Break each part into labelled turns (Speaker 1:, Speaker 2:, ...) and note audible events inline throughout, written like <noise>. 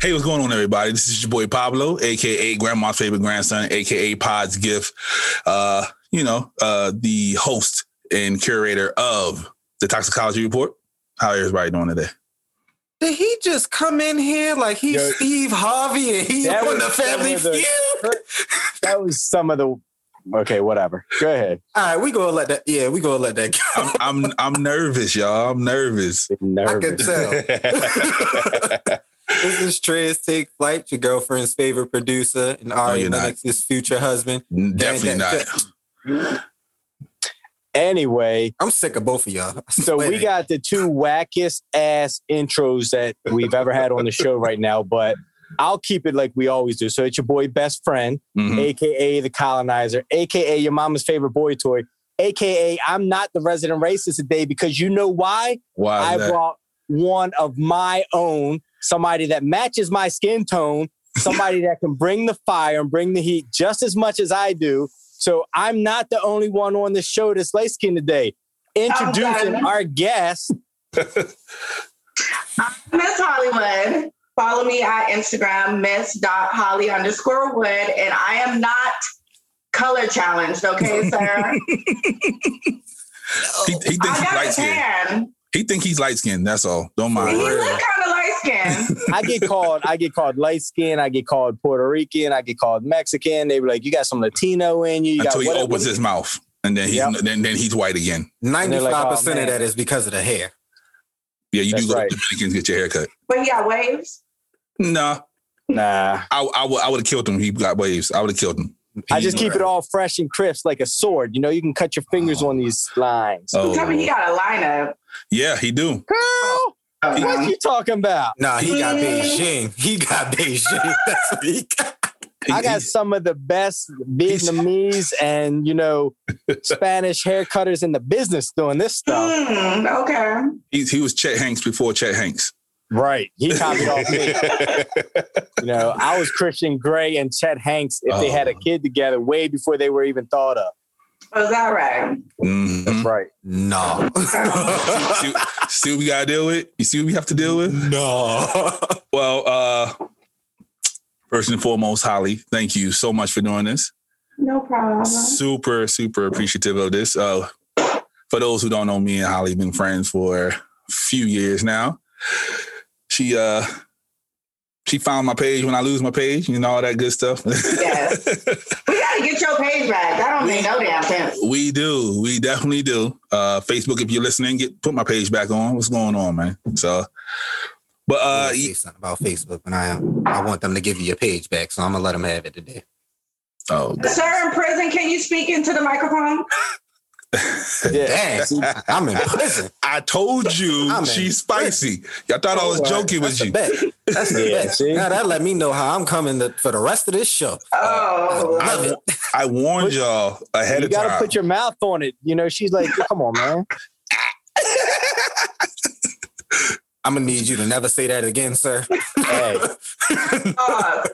Speaker 1: Hey, what's going on, everybody? This is your boy Pablo, aka Grandma's favorite grandson, aka Pod's gift. Uh, you know, uh, the host and curator of the Toxicology Report. How everybody doing today?
Speaker 2: Did he just come in here like he's
Speaker 3: Yo,
Speaker 2: Steve Harvey and he's
Speaker 3: that
Speaker 2: on
Speaker 3: was
Speaker 2: the family
Speaker 3: some of the-
Speaker 2: feud?
Speaker 3: That was some of the. Okay, whatever. Go ahead.
Speaker 2: All right, we gonna let that. Yeah, we gonna let that go. <laughs>
Speaker 1: I'm I'm, I'm nervous, y'all. I'm
Speaker 3: <laughs>
Speaker 1: nervous.
Speaker 2: I can
Speaker 3: Nervous. <laughs>
Speaker 2: tell. this is Trez Take Flight, your girlfriend's favorite producer, and Ari
Speaker 1: you're not.
Speaker 2: Lennox's future husband.
Speaker 1: Definitely
Speaker 2: Dang,
Speaker 1: not.
Speaker 2: that-
Speaker 3: Anyway,
Speaker 2: I'm sick of both of y'all. I
Speaker 3: so
Speaker 2: swear.
Speaker 3: we got the two wackest ass intros that we've ever had on the show right now, but I'll keep it like we always do. So it's your boy best friend,
Speaker 1: Mhm.
Speaker 3: aka the colonizer, aka your mama's favorite boy toy, aka I'm not the resident racist today because you know why?
Speaker 1: Why?
Speaker 3: I
Speaker 1: Is that?
Speaker 3: brought one of my own, somebody that matches my skin tone, somebody that can bring the fire and bring the heat just as much as I do. So I'm not the only one on the show that's light skinned today. Introducing
Speaker 4: done.
Speaker 3: our guest.
Speaker 4: Miss Hollywood. Follow me at Instagram, miss.holly underscore wood. And I am not color challenged, okay, sir?
Speaker 1: He, he
Speaker 4: I
Speaker 1: thinks he's
Speaker 4: got
Speaker 1: light
Speaker 4: a
Speaker 1: skinned.
Speaker 4: tan.
Speaker 1: He think he's light skinned. That's all. Don't
Speaker 4: He
Speaker 1: mind.
Speaker 4: look kind of light skinned.
Speaker 3: I get called, I get called light skinned, I get called Puerto Rican, I get called Mexican. They were like, you got some Latino in you. you got
Speaker 1: Until he
Speaker 3: whatever."
Speaker 1: opens his mouth, and then he's
Speaker 3: Yep.
Speaker 1: then then he's white again.
Speaker 2: 95%
Speaker 3: oh,
Speaker 2: of
Speaker 3: man.
Speaker 2: that is because of the hair.
Speaker 1: Yeah, you
Speaker 3: That's
Speaker 1: do go
Speaker 3: right.
Speaker 1: to Dominicans get your haircut.
Speaker 4: but yeah, waves.
Speaker 1: Nah,
Speaker 3: Nah.
Speaker 1: I I would I would have killed him. if He got waves. I would have killed him.
Speaker 3: I
Speaker 1: He-
Speaker 3: just keep it all fresh and crisp like a sword. You know, you can cut your fingers on these lines.
Speaker 1: Oh.
Speaker 4: Tell me he got a lineup.
Speaker 1: Yeah, he do.
Speaker 3: Girl, what
Speaker 4: Um,
Speaker 3: you talking about?
Speaker 2: Nah, he got
Speaker 3: Mm.
Speaker 2: Beijing. He got Beijing. <laughs> That's what he got.
Speaker 1: He-
Speaker 3: I got
Speaker 1: he-
Speaker 3: some of the best Vietnamese and you know
Speaker 1: <laughs>
Speaker 3: Spanish hair cutters in the business doing this stuff.
Speaker 4: mm, okay.
Speaker 1: he, he was Chet Hanks before Chet Hanks.
Speaker 3: Right, he copied off
Speaker 1: <laughs>
Speaker 3: me. You know, I was Christian Gray and Chet Hanks if they had a
Speaker 1: Oh.
Speaker 3: kid together way before they were even thought of. Mm-hmm.
Speaker 4: Was Oh, that
Speaker 1: <laughs>
Speaker 4: right?
Speaker 1: Mhm.
Speaker 3: Right. <laughs>
Speaker 2: No.
Speaker 1: see, <laughs> see what we gotta deal with. You see what we have to deal with.
Speaker 2: no.
Speaker 1: Well, uh first and foremost, Holly, thank you so much for doing this.
Speaker 4: No problem.
Speaker 3: Uh-huh.
Speaker 1: Super, super appreciative of this. Uh for those who don't know, me and Holly been friends for a few years now. She uh she found my page when I lose my page, you know, all that good stuff. <laughs>
Speaker 4: Yes. We got to get your page back. That don't make no damn sense.
Speaker 1: we do. We definitely do. Uh Facebook, if you're listening, get put my page back on. What's going on, man? So but uh
Speaker 2: Uh, say something about Facebook, and I I want them to give you your page back, so I'm gonna let them have it today.
Speaker 1: oh
Speaker 4: Sir in prison, can you speak into the microphone?
Speaker 3: Yeah.
Speaker 2: Dang, see,
Speaker 1: <laughs>
Speaker 2: I'm in prison.
Speaker 1: I told you
Speaker 2: I'm in
Speaker 1: she's spicy. Y'all thought I was joking with
Speaker 2: Oh, That's
Speaker 1: you.
Speaker 2: a bet. That's a
Speaker 3: Yeah,
Speaker 2: bet.
Speaker 3: see?
Speaker 2: Now that let me know how I'm coming to, for the rest of this show.
Speaker 4: Oh,
Speaker 2: I love it.
Speaker 1: I warned
Speaker 3: Put-
Speaker 1: y'all ahead
Speaker 3: You
Speaker 1: of time.
Speaker 3: gotta put your mouth on it. You know, she's like, come on,
Speaker 1: <laughs>
Speaker 3: man.
Speaker 2: I'm gonna need you to never say that again, sir.
Speaker 3: Hey,
Speaker 4: fuck.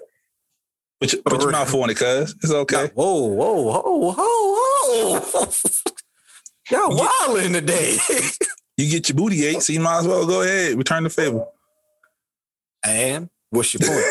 Speaker 1: put, your, put your mouth on it, cuz. It's okay.
Speaker 2: Whoa, whoa, whoa, whoa, whoa! <laughs> Y'all
Speaker 1: <laughs>
Speaker 2: wilding today.
Speaker 1: You get your booty ate, so you might as well go ahead. Return the
Speaker 2: <laughs>
Speaker 1: favor.
Speaker 2: and what's your point?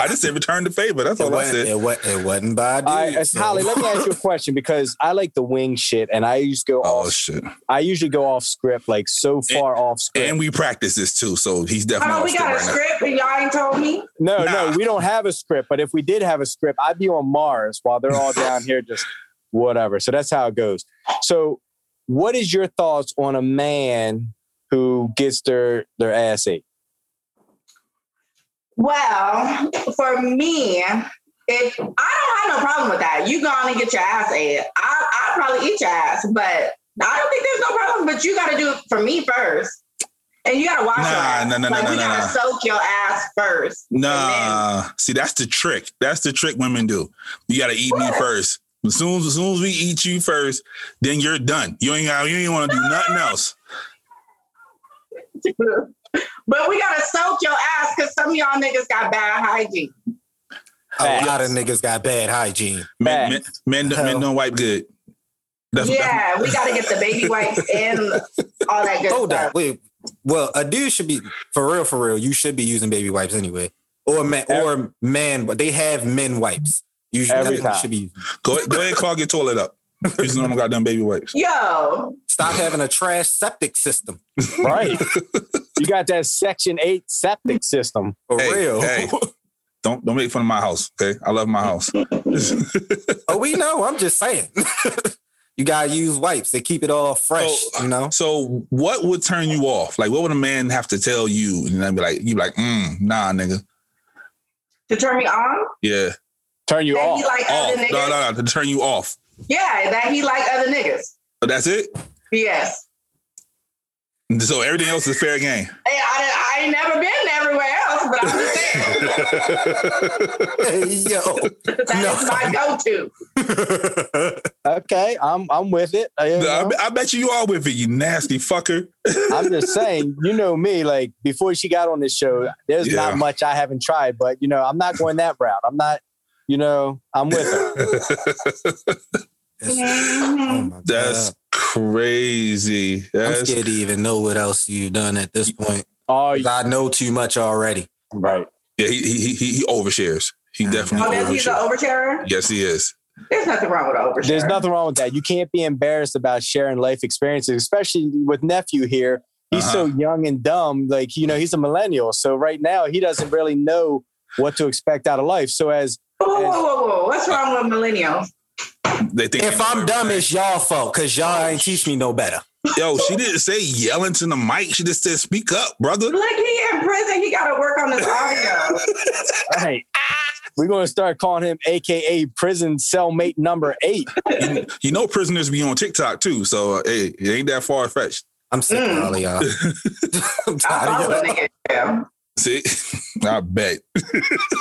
Speaker 1: I just said return the favor. <laughs> That's
Speaker 2: It
Speaker 1: all I said.
Speaker 2: wasn't, it, wa- it wasn't by a dude.
Speaker 3: all right, uh,
Speaker 2: so-
Speaker 3: Holly, let me ask you a question because I like the wing shit, and I used to go
Speaker 1: Oh
Speaker 3: off.
Speaker 1: shit.
Speaker 3: I usually go off script, like so far off script.
Speaker 1: And we practice this too, so he's definitely
Speaker 4: Oh,
Speaker 1: off
Speaker 4: we
Speaker 1: script
Speaker 4: got a
Speaker 1: right now.
Speaker 4: script and y'all ain't told me.
Speaker 3: No,
Speaker 1: Nah.
Speaker 3: no, we don't have a script. But if we did have a script, I'd be on Mars while they're all down here just whatever. So that's how it goes. So, what is your thoughts on a man who gets their their ass ate?
Speaker 4: Well, for me, if I don't have no problem with that, you gonna get your ass ate. I I probably eat your ass, but I don't think there's no problem. But you gotta do it for me first, and you gotta wash your
Speaker 1: Nah,
Speaker 4: ass.
Speaker 1: nah, nah,
Speaker 4: like
Speaker 1: nah,
Speaker 4: we
Speaker 1: nah,
Speaker 4: gotta
Speaker 1: nah.
Speaker 4: soak your ass first.
Speaker 1: Nah. See, that's the trick. That's the trick women do. You gotta eat me first. As soon as, as soon as we eat you first, then you're done. You ain't got you ain't wanna do nothing else.
Speaker 4: <laughs> but we gotta soak your ass because some of y'all niggas got bad hygiene.
Speaker 2: <laughs> a lot of niggas got bad hygiene.
Speaker 1: Men, men, men, don't- men don't wipe good. That's,
Speaker 4: yeah, we gotta get the baby wipes and all that good
Speaker 2: Hold
Speaker 4: stuff.
Speaker 2: up, wait. Well, a dude should be for real, for real. You should be using baby wipes anyway, or man, or man. But they have men wipes. You should,
Speaker 3: Every
Speaker 2: that's what you should be
Speaker 3: time.
Speaker 2: using.
Speaker 1: Go, go ahead, clog your toilet up. Using
Speaker 2: <laughs>
Speaker 1: normal goddamn baby wipes.
Speaker 4: Yo,
Speaker 2: Stop having a trash septic system.
Speaker 3: Right. <laughs> you got that Section 8 septic system.
Speaker 2: For
Speaker 1: Hey,
Speaker 2: real.
Speaker 1: hey. Don't don't make fun of my house, okay? I love my house.
Speaker 2: <laughs> oh, we know. I'm just saying. <laughs> you gotta use wipes to keep it all fresh.
Speaker 1: Oh.
Speaker 2: you know.
Speaker 1: So what would turn you off? Like what would a man have to tell you? And I'd be like, you be like, mm, nah, nigga.
Speaker 4: to turn me on?
Speaker 1: Yeah.
Speaker 3: Turn you
Speaker 4: that
Speaker 3: off.
Speaker 4: he like
Speaker 1: Off.
Speaker 4: other
Speaker 1: No,
Speaker 4: niggas?
Speaker 1: no, no, to turn you off.
Speaker 4: Yeah, that he like other niggas.
Speaker 1: But that's it.
Speaker 4: Yes.
Speaker 1: So everything else is fair game. <laughs>
Speaker 4: Hey, I, I ain't never been everywhere else, but I'm just
Speaker 1: <laughs> uh,
Speaker 4: saying
Speaker 2: Hey, yo.
Speaker 4: that's my go-to.
Speaker 3: Okay, I'm I'm with it. I, you know,
Speaker 1: I, I bet you you are with it, you nasty fucker. <laughs>
Speaker 3: I'm just saying, you know me, like before she got on this show, there's
Speaker 1: Yeah.
Speaker 3: not much I haven't tried, but you know, I'm not going that route. I'm not, you know, I'm with
Speaker 1: <laughs>
Speaker 3: her.
Speaker 2: Oh
Speaker 4: Mhm.
Speaker 2: my
Speaker 1: That's
Speaker 2: God.
Speaker 1: crazy.
Speaker 2: I'm
Speaker 1: That's
Speaker 2: scared to even know what else you've done at this point.
Speaker 3: Oh,
Speaker 2: 'cause I know too much already.
Speaker 3: right.
Speaker 1: yeah. He he he, he overshares. He
Speaker 2: Oh,
Speaker 4: Oh,
Speaker 1: definitely
Speaker 4: that's he's an
Speaker 1: overshares.
Speaker 4: oversharer.
Speaker 1: Yes, he is.
Speaker 4: There's nothing wrong with an oversharer.
Speaker 3: There's nothing wrong with that. You can't be embarrassed about sharing life experiences, especially with nephew here. He's so young and dumb. Like, you know, he's a millennial. So right now he doesn't really know what to expect out of life. So as
Speaker 4: Whoa, whoa, whoa, whoa! What's wrong with millennials?
Speaker 1: They think
Speaker 2: If I'm dumb, it's y'all fault because y'all ain't teach me no better.
Speaker 1: yo, she didn't say yelling to the mic. She just said, "Speak up, brother."
Speaker 4: Look, he in prison. He got to work on his audio.
Speaker 3: right, <laughs> we're gonna start calling him AKA prison cellmate number eight.
Speaker 1: You, you know, prisoners be on TikTok too, so uh, hey, it ain't that far fetched.
Speaker 2: I'm sick
Speaker 4: Mm.
Speaker 2: of all
Speaker 1: <laughs>
Speaker 2: of y'all. <laughs> I'm
Speaker 4: I
Speaker 2: tired of
Speaker 4: follow a
Speaker 2: y'all.
Speaker 4: nigga. Yeah.
Speaker 1: See, <laughs> I bet.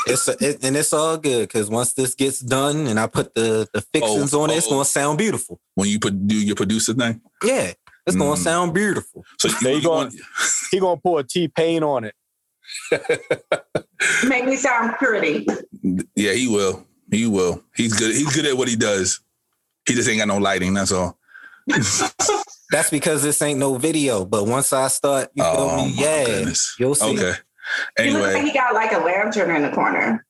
Speaker 2: It's it, and it's all good because once this gets done and I put the the fixings
Speaker 1: Oh,
Speaker 2: on it, it's
Speaker 1: oh.
Speaker 2: gonna sound beautiful.
Speaker 1: When you put do your producer thing,
Speaker 2: Yeah, it's gonna
Speaker 1: Mm.
Speaker 2: sound beautiful.
Speaker 1: so
Speaker 3: There you go.
Speaker 1: want-
Speaker 3: He gonna pull a T pain on it.
Speaker 4: Make me sound pretty.
Speaker 1: Yeah, he will. He will. He's good. He's good at what he does. He just ain't got no lighting. That's all.
Speaker 2: That's because this ain't no video. But once I start, you feel
Speaker 1: Oh
Speaker 2: me?
Speaker 1: my
Speaker 2: Yeah,
Speaker 1: goodness.
Speaker 2: you'll see.
Speaker 1: Okay.
Speaker 4: He looks like
Speaker 1: Anyway,
Speaker 4: he got like a lantern in the corner.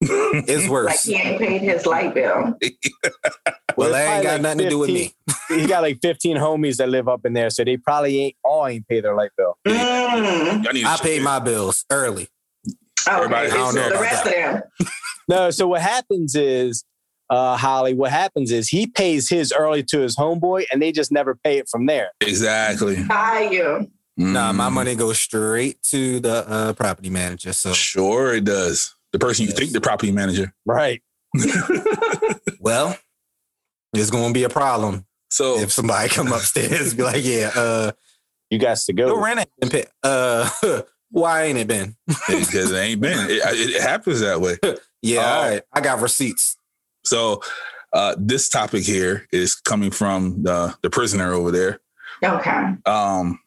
Speaker 2: It's
Speaker 4: Like
Speaker 2: worse.
Speaker 4: he ain't paid his light bill.
Speaker 2: well,
Speaker 3: Well,
Speaker 2: that ain't got
Speaker 3: it's probably like
Speaker 2: nothing to do with
Speaker 3: 15.
Speaker 2: me.
Speaker 3: He got like 15 homies that live up in there, so they probably ain't all ain't pay their light bill.
Speaker 4: Mm.
Speaker 1: y'all need to
Speaker 2: I
Speaker 1: check
Speaker 2: paid
Speaker 1: it.
Speaker 2: my bills early.
Speaker 4: Oh,
Speaker 1: Everybody-
Speaker 4: okay.
Speaker 1: I don't know
Speaker 4: the
Speaker 2: about
Speaker 4: rest of them.
Speaker 3: No, so what happens is, uh, Holly, what happens is he pays his early to his homeboy, and they just never pay it from there.
Speaker 1: exactly.
Speaker 4: Buy you.
Speaker 2: Nah, my
Speaker 1: Mm.
Speaker 2: money goes straight to the uh, property
Speaker 1: <laughs>
Speaker 2: manager. So
Speaker 1: Sure, it does. The person you
Speaker 2: Yes.
Speaker 1: think the property manager.
Speaker 3: Right.
Speaker 2: well, it's gonna be a problem
Speaker 1: So
Speaker 2: if somebody come upstairs and be like, "Yeah,
Speaker 1: <laughs>
Speaker 2: uh,
Speaker 3: You got to go.
Speaker 2: your rent ain't been paid. Uh, <laughs> why ain't it been?
Speaker 1: because <laughs> it ain't been, it, it happens that way.
Speaker 2: Yeah,
Speaker 1: Oh.
Speaker 2: all right. I got receipts.
Speaker 1: So uh, this topic here is coming from the the prisoner over there.
Speaker 4: Okay.
Speaker 1: Um,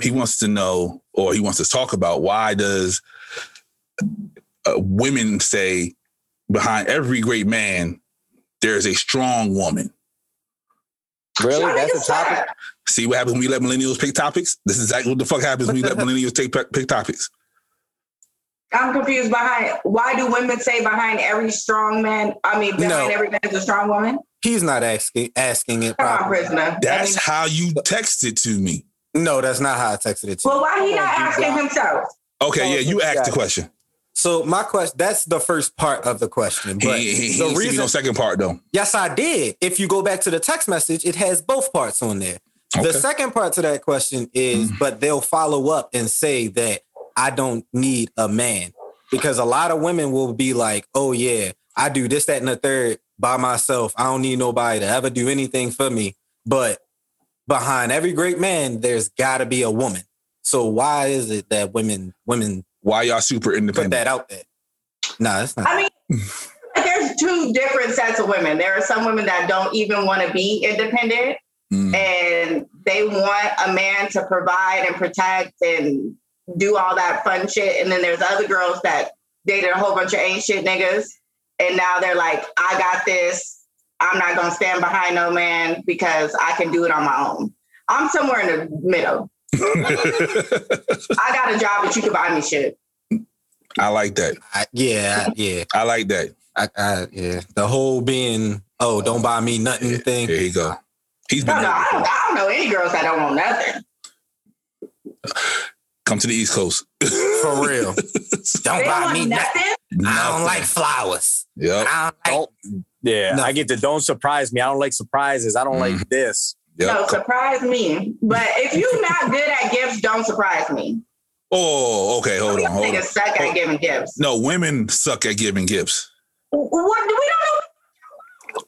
Speaker 1: he wants to know, or he wants to talk about why does uh, women say behind every great man there is a strong woman.
Speaker 3: Really?
Speaker 4: Y'all
Speaker 3: That's
Speaker 4: niggas
Speaker 3: a topic.
Speaker 4: suck.
Speaker 1: See what happens when we let millennials pick topics? This is exactly what the fuck happens when we
Speaker 2: <laughs>
Speaker 1: let millennials take pick topics.
Speaker 4: I'm confused behind why do women say behind every strong man? I mean, behind
Speaker 2: No.
Speaker 4: every man is a strong woman.
Speaker 2: He's not asking asking it.
Speaker 4: Come on,
Speaker 2: properly.
Speaker 4: prisoner.
Speaker 1: That's how you text it to me.
Speaker 2: No, that's not how I texted it to you.
Speaker 4: well, why he
Speaker 3: Come
Speaker 4: not
Speaker 3: on, you
Speaker 4: asking
Speaker 3: guys.
Speaker 4: himself?
Speaker 1: Okay,
Speaker 3: Oh,
Speaker 1: yeah, you asked the
Speaker 3: yeah.
Speaker 1: question.
Speaker 2: So my question that's the first part of the question.
Speaker 1: He,
Speaker 2: But
Speaker 1: he, he
Speaker 2: the
Speaker 1: ain't see me
Speaker 2: reason
Speaker 1: no second part though.
Speaker 2: Yes, I did. If you go back to the text message, it has both parts on there.
Speaker 1: Okay. Mm.
Speaker 2: The second part to that question is, but they'll follow up and say that I don't need a man because a lot of women will be like, oh, yeah, I do this, that, and the third by myself. I don't need nobody to ever do anything for me. But behind every great man, there's got to be a woman. So why is it that women women
Speaker 1: Why y'all super
Speaker 2: put
Speaker 1: independent?
Speaker 2: that out there? No, that's not.
Speaker 4: I mean,
Speaker 3: <laughs>
Speaker 4: there's two different sets of women. There are some women that don't even want to be independent
Speaker 1: Mm. <laughs>
Speaker 4: and they want a man to provide and protect and do all that fun shit. And then there's other girls that dated a whole bunch of ain't shit niggas. And now they're like, I got this. I'm not going to stand behind no man because I can do it on my own. I'm somewhere in the middle. I got a job, but you can buy me shit.
Speaker 1: I like that.
Speaker 2: I, yeah, I- yeah,
Speaker 1: I like that.
Speaker 2: I, I, yeah. The whole being, oh, don't buy me nothing thing.
Speaker 1: There you go. He's
Speaker 2: <laughs>
Speaker 4: No,
Speaker 1: been
Speaker 4: no,
Speaker 1: there
Speaker 4: I don't,
Speaker 1: before.
Speaker 4: I don't know any girls that don't want nothing.
Speaker 1: Come to the East Coast. <laughs>
Speaker 2: For real, don't
Speaker 4: They don't
Speaker 2: buy
Speaker 4: want
Speaker 2: me nothing.
Speaker 4: nothing.
Speaker 2: I don't
Speaker 1: Nothing.
Speaker 2: like flowers.
Speaker 1: Yep.
Speaker 2: I don't like.
Speaker 3: Yeah, I
Speaker 2: Nothing.
Speaker 3: get to don't surprise me. I don't like surprises. I don't like this.
Speaker 1: Yep.
Speaker 4: No, surprise me. But if you're not good at gifts, don't surprise me.
Speaker 1: Oh, okay. Hold
Speaker 4: Some
Speaker 1: on. Hold on.
Speaker 4: Niggas suck
Speaker 1: Hold-
Speaker 4: at giving gifts.
Speaker 1: No, women suck at giving gifts.
Speaker 4: What we don't know.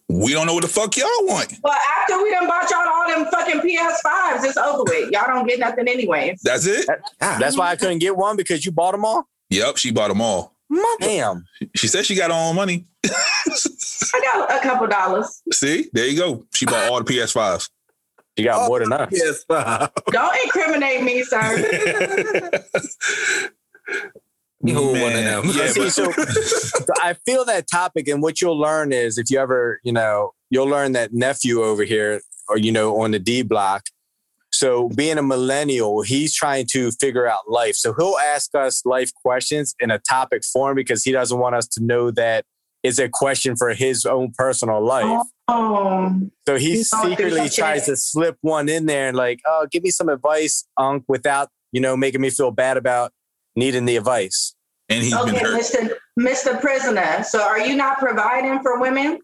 Speaker 1: We don't know what the fuck y'all want.
Speaker 4: Well, after we done bought y'all all them fucking PS5s, it's over with. Y'all don't get nothing anyways.
Speaker 1: That's it.
Speaker 2: God,
Speaker 3: That's why I couldn't get one because you bought them all.
Speaker 1: Yep. She bought them all.
Speaker 3: Damn.
Speaker 1: She said she got her own money.
Speaker 4: I got a couple dollars.
Speaker 1: See, there you go. She bought all the PS5s.
Speaker 3: You got more than us.
Speaker 2: yes, wow.
Speaker 4: Don't incriminate
Speaker 2: <laughs>
Speaker 4: me, sir.
Speaker 2: You hold one of them. <laughs>
Speaker 1: Yeah,
Speaker 3: See,
Speaker 1: but-
Speaker 3: so, so I feel that topic, and what you'll learn is if you ever, you know, you'll learn that nephew over here, or you know, on the D block. So being a millennial, he's trying to figure out life. So he'll ask us life questions in a topic form because he doesn't want us to know that it's a question for his own personal life.
Speaker 4: Um,
Speaker 3: So he
Speaker 4: He's going through
Speaker 3: secretly
Speaker 4: something.
Speaker 3: tries to slip one in there and like, oh, give me some advice, Unc, without, you know, making me feel bad about needing the advice.
Speaker 1: and he's
Speaker 4: okay,
Speaker 1: been hurt.
Speaker 4: Mr. Mr. Prisoner. So are you not providing for women?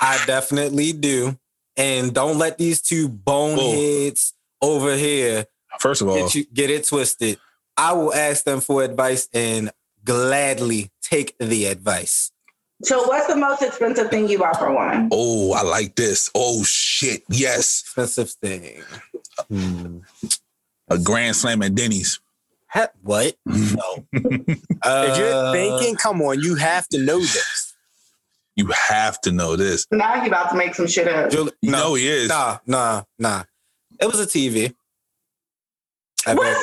Speaker 2: I definitely do. And don't let these two boneheads over here
Speaker 1: First of all,
Speaker 2: get you get it twisted. I will ask them for advice and gladly take the advice.
Speaker 4: So what's the most expensive thing you bought for a woman?
Speaker 1: oh, I like this. Oh shit, yes,
Speaker 2: Expensive thing. Hmm.
Speaker 1: a grand slam at Denny's. <laughs>
Speaker 2: Ha- What? No. uh,
Speaker 3: if you're thinking, come on, you have to know this.
Speaker 1: You have to know this.
Speaker 4: Now you about to make some shit up.
Speaker 2: Jul-
Speaker 1: You
Speaker 2: no,
Speaker 1: know he is.
Speaker 2: nah, nah, nah. It was a TV. I
Speaker 4: What
Speaker 2: bet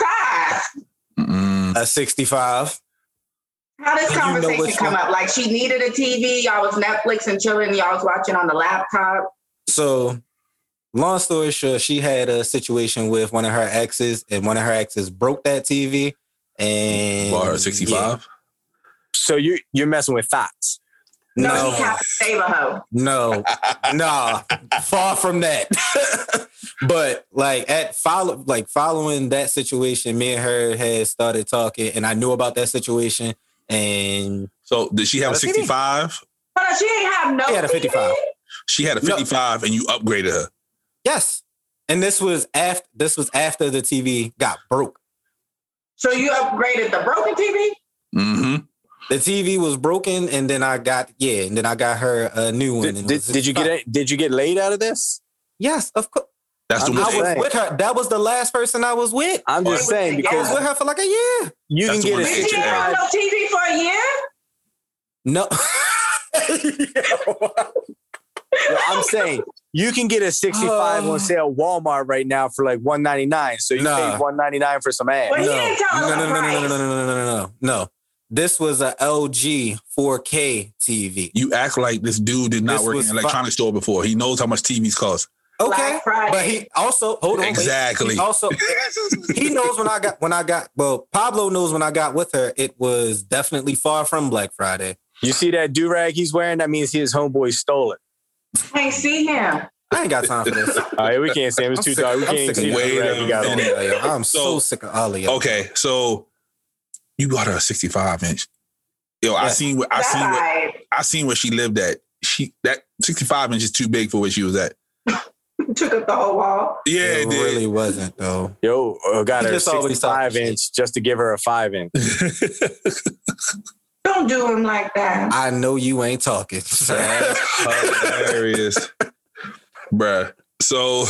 Speaker 4: size?
Speaker 1: Mm-mm.
Speaker 2: a 65.
Speaker 4: How this
Speaker 2: And you know
Speaker 4: conversation
Speaker 2: which
Speaker 4: come
Speaker 2: one-
Speaker 4: up? Like she needed a TV, y'all was Netflix and chilling, y'all was watching on the laptop.
Speaker 2: So, long story short, she had a situation with one of her exes, and one of her exes broke that TV. And
Speaker 1: Bought her sixty five.
Speaker 3: So you you're messing with thoughts.
Speaker 2: Yeah.
Speaker 4: No, he
Speaker 2: No,
Speaker 4: had to save a hoe.
Speaker 2: no, nah, far from that. <laughs> but like at follow, like following that situation, me and her had started talking, and I knew about that situation, and
Speaker 1: So did she have a
Speaker 3: What did he-
Speaker 1: sixty five?
Speaker 4: But she ain't have no.
Speaker 2: She had a 55.
Speaker 4: TV?
Speaker 1: She had a
Speaker 2: No.
Speaker 1: fifty five, and you upgraded her.
Speaker 2: yes, and this was after this was after the TV got broke.
Speaker 4: So you upgraded the broken TV?
Speaker 1: hmm
Speaker 2: The TV was broken, and then I got yeah, and then I got her a new one.
Speaker 3: Did,
Speaker 2: and it
Speaker 3: did,
Speaker 2: was
Speaker 3: did you get it? Did you get laid out of this?
Speaker 2: Yes, of course.
Speaker 1: That's the
Speaker 3: I'm
Speaker 2: I
Speaker 1: one.
Speaker 3: not
Speaker 2: was Uh,
Speaker 3: Hey.
Speaker 2: with her. That was the last person I was with.
Speaker 3: I'm just
Speaker 4: Why would
Speaker 3: saying
Speaker 4: they
Speaker 2: I
Speaker 4: Yeah.
Speaker 2: was
Speaker 3: because
Speaker 2: with her for like a year.
Speaker 3: you
Speaker 1: That's
Speaker 3: can
Speaker 1: the
Speaker 3: get
Speaker 1: one
Speaker 3: a
Speaker 1: that
Speaker 4: Did
Speaker 1: hit
Speaker 4: she
Speaker 1: you
Speaker 4: ain't have
Speaker 1: down.
Speaker 3: 65.
Speaker 4: no TV for a year?
Speaker 2: No, <laughs>
Speaker 3: Yo, I'm saying you can get a 65
Speaker 2: Oh.
Speaker 3: on sale at Walmart right now for like 199. So you
Speaker 2: Nah.
Speaker 3: paid 199 for some ads.
Speaker 2: no,
Speaker 4: But he
Speaker 2: no,
Speaker 4: didn't tell us
Speaker 2: no, no,
Speaker 4: the
Speaker 2: no, no, no,
Speaker 4: price.
Speaker 2: no, no, no, no, no, no. This was a LG 4K TV.
Speaker 1: You act like this dude did not
Speaker 2: This
Speaker 1: work in
Speaker 2: was
Speaker 1: an electronics store before. He knows how much TVs cost.
Speaker 2: Okay,
Speaker 4: Black Friday.
Speaker 2: but he also hold on. wait.
Speaker 1: Exactly. <laughs>
Speaker 2: He also, he knows when I got when I got. Well, Pablo knows when I got with her. It was definitely far from Black Friday.
Speaker 3: You see that do rag he's wearing? That means his homeboy stole it.
Speaker 4: I ain't see him.
Speaker 2: I ain't got time
Speaker 1: <laughs>
Speaker 2: for this.
Speaker 3: All right, we can't see him. It's too
Speaker 2: sick
Speaker 3: dark.
Speaker 2: of-
Speaker 3: We
Speaker 2: I'm
Speaker 3: can't even
Speaker 2: sick
Speaker 3: see
Speaker 2: of
Speaker 3: the
Speaker 1: Wait
Speaker 3: do-rag
Speaker 1: a
Speaker 3: he got on.
Speaker 1: minute.
Speaker 2: Olio. I'm so,
Speaker 1: So-
Speaker 2: sick of Olio.
Speaker 1: Okay, so you bought her a 65 inch. Yo, I
Speaker 2: Yeah.
Speaker 1: seen what I
Speaker 4: That's
Speaker 1: seen what
Speaker 4: right.
Speaker 1: I seen where she lived at. She that 65 inch is too big for where she was at.
Speaker 4: Took up the whole wall.
Speaker 1: Yeah,
Speaker 2: it,
Speaker 1: it, did. <laughs>
Speaker 2: really wasn't though.
Speaker 3: Yo, uh, got
Speaker 2: He
Speaker 3: her a
Speaker 2: just always talking
Speaker 3: 65
Speaker 2: shit.
Speaker 3: inch just to give her a five inch.
Speaker 4: Don't do him like that.
Speaker 2: I know you ain't talking. <laughs>
Speaker 1: Hilarious. Bruh. So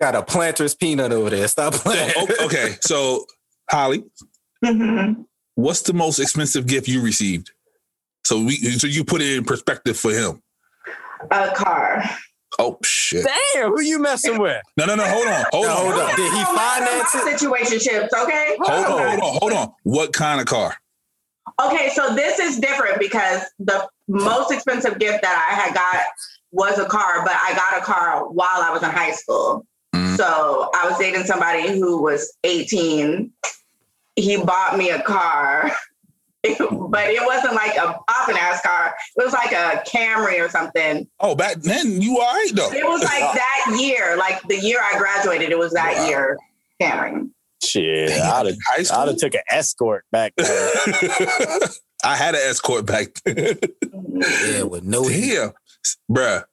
Speaker 2: got a planter's peanut over
Speaker 1: <laughs>
Speaker 2: there. Stop playing.
Speaker 1: o- okay, so Holly,
Speaker 4: Mhm.
Speaker 1: what's the most expensive gift you received? So we so you put it in perspective for him.
Speaker 4: <laughs> A car.
Speaker 1: Oh shit.
Speaker 3: Damn, who you messing
Speaker 2: <laughs>
Speaker 3: with?
Speaker 1: No, no, no, hold on. Hold
Speaker 2: No,
Speaker 1: on.
Speaker 2: hold
Speaker 1: Hold
Speaker 2: on.
Speaker 1: on.
Speaker 2: Did he finance it?
Speaker 4: Situation chips, okay?
Speaker 1: Hold on, hold on, hold on. What kind of car?
Speaker 4: Okay, so this is different because the most expensive
Speaker 2: Mm-hmm.
Speaker 4: gift that I had got was a car, but I got a car while I was in high school. So I was dating somebody who was 18. He bought me a car, <laughs> but it wasn't like a popping ass car. It was like a Camry or something.
Speaker 1: Oh, back then you all right though.
Speaker 4: It was
Speaker 2: <laughs>
Speaker 4: like that year, like the year I graduated. It was that
Speaker 1: Wow.
Speaker 4: year Camry.
Speaker 3: Shit,
Speaker 1: Damn,
Speaker 3: I'd have,
Speaker 1: high
Speaker 3: I'd
Speaker 1: school.
Speaker 3: have took an escort back
Speaker 1: <laughs>
Speaker 3: there.
Speaker 1: I had an escort back then.
Speaker 2: Yeah, with no
Speaker 3: Oh,
Speaker 2: heat.
Speaker 1: Damn, bruh.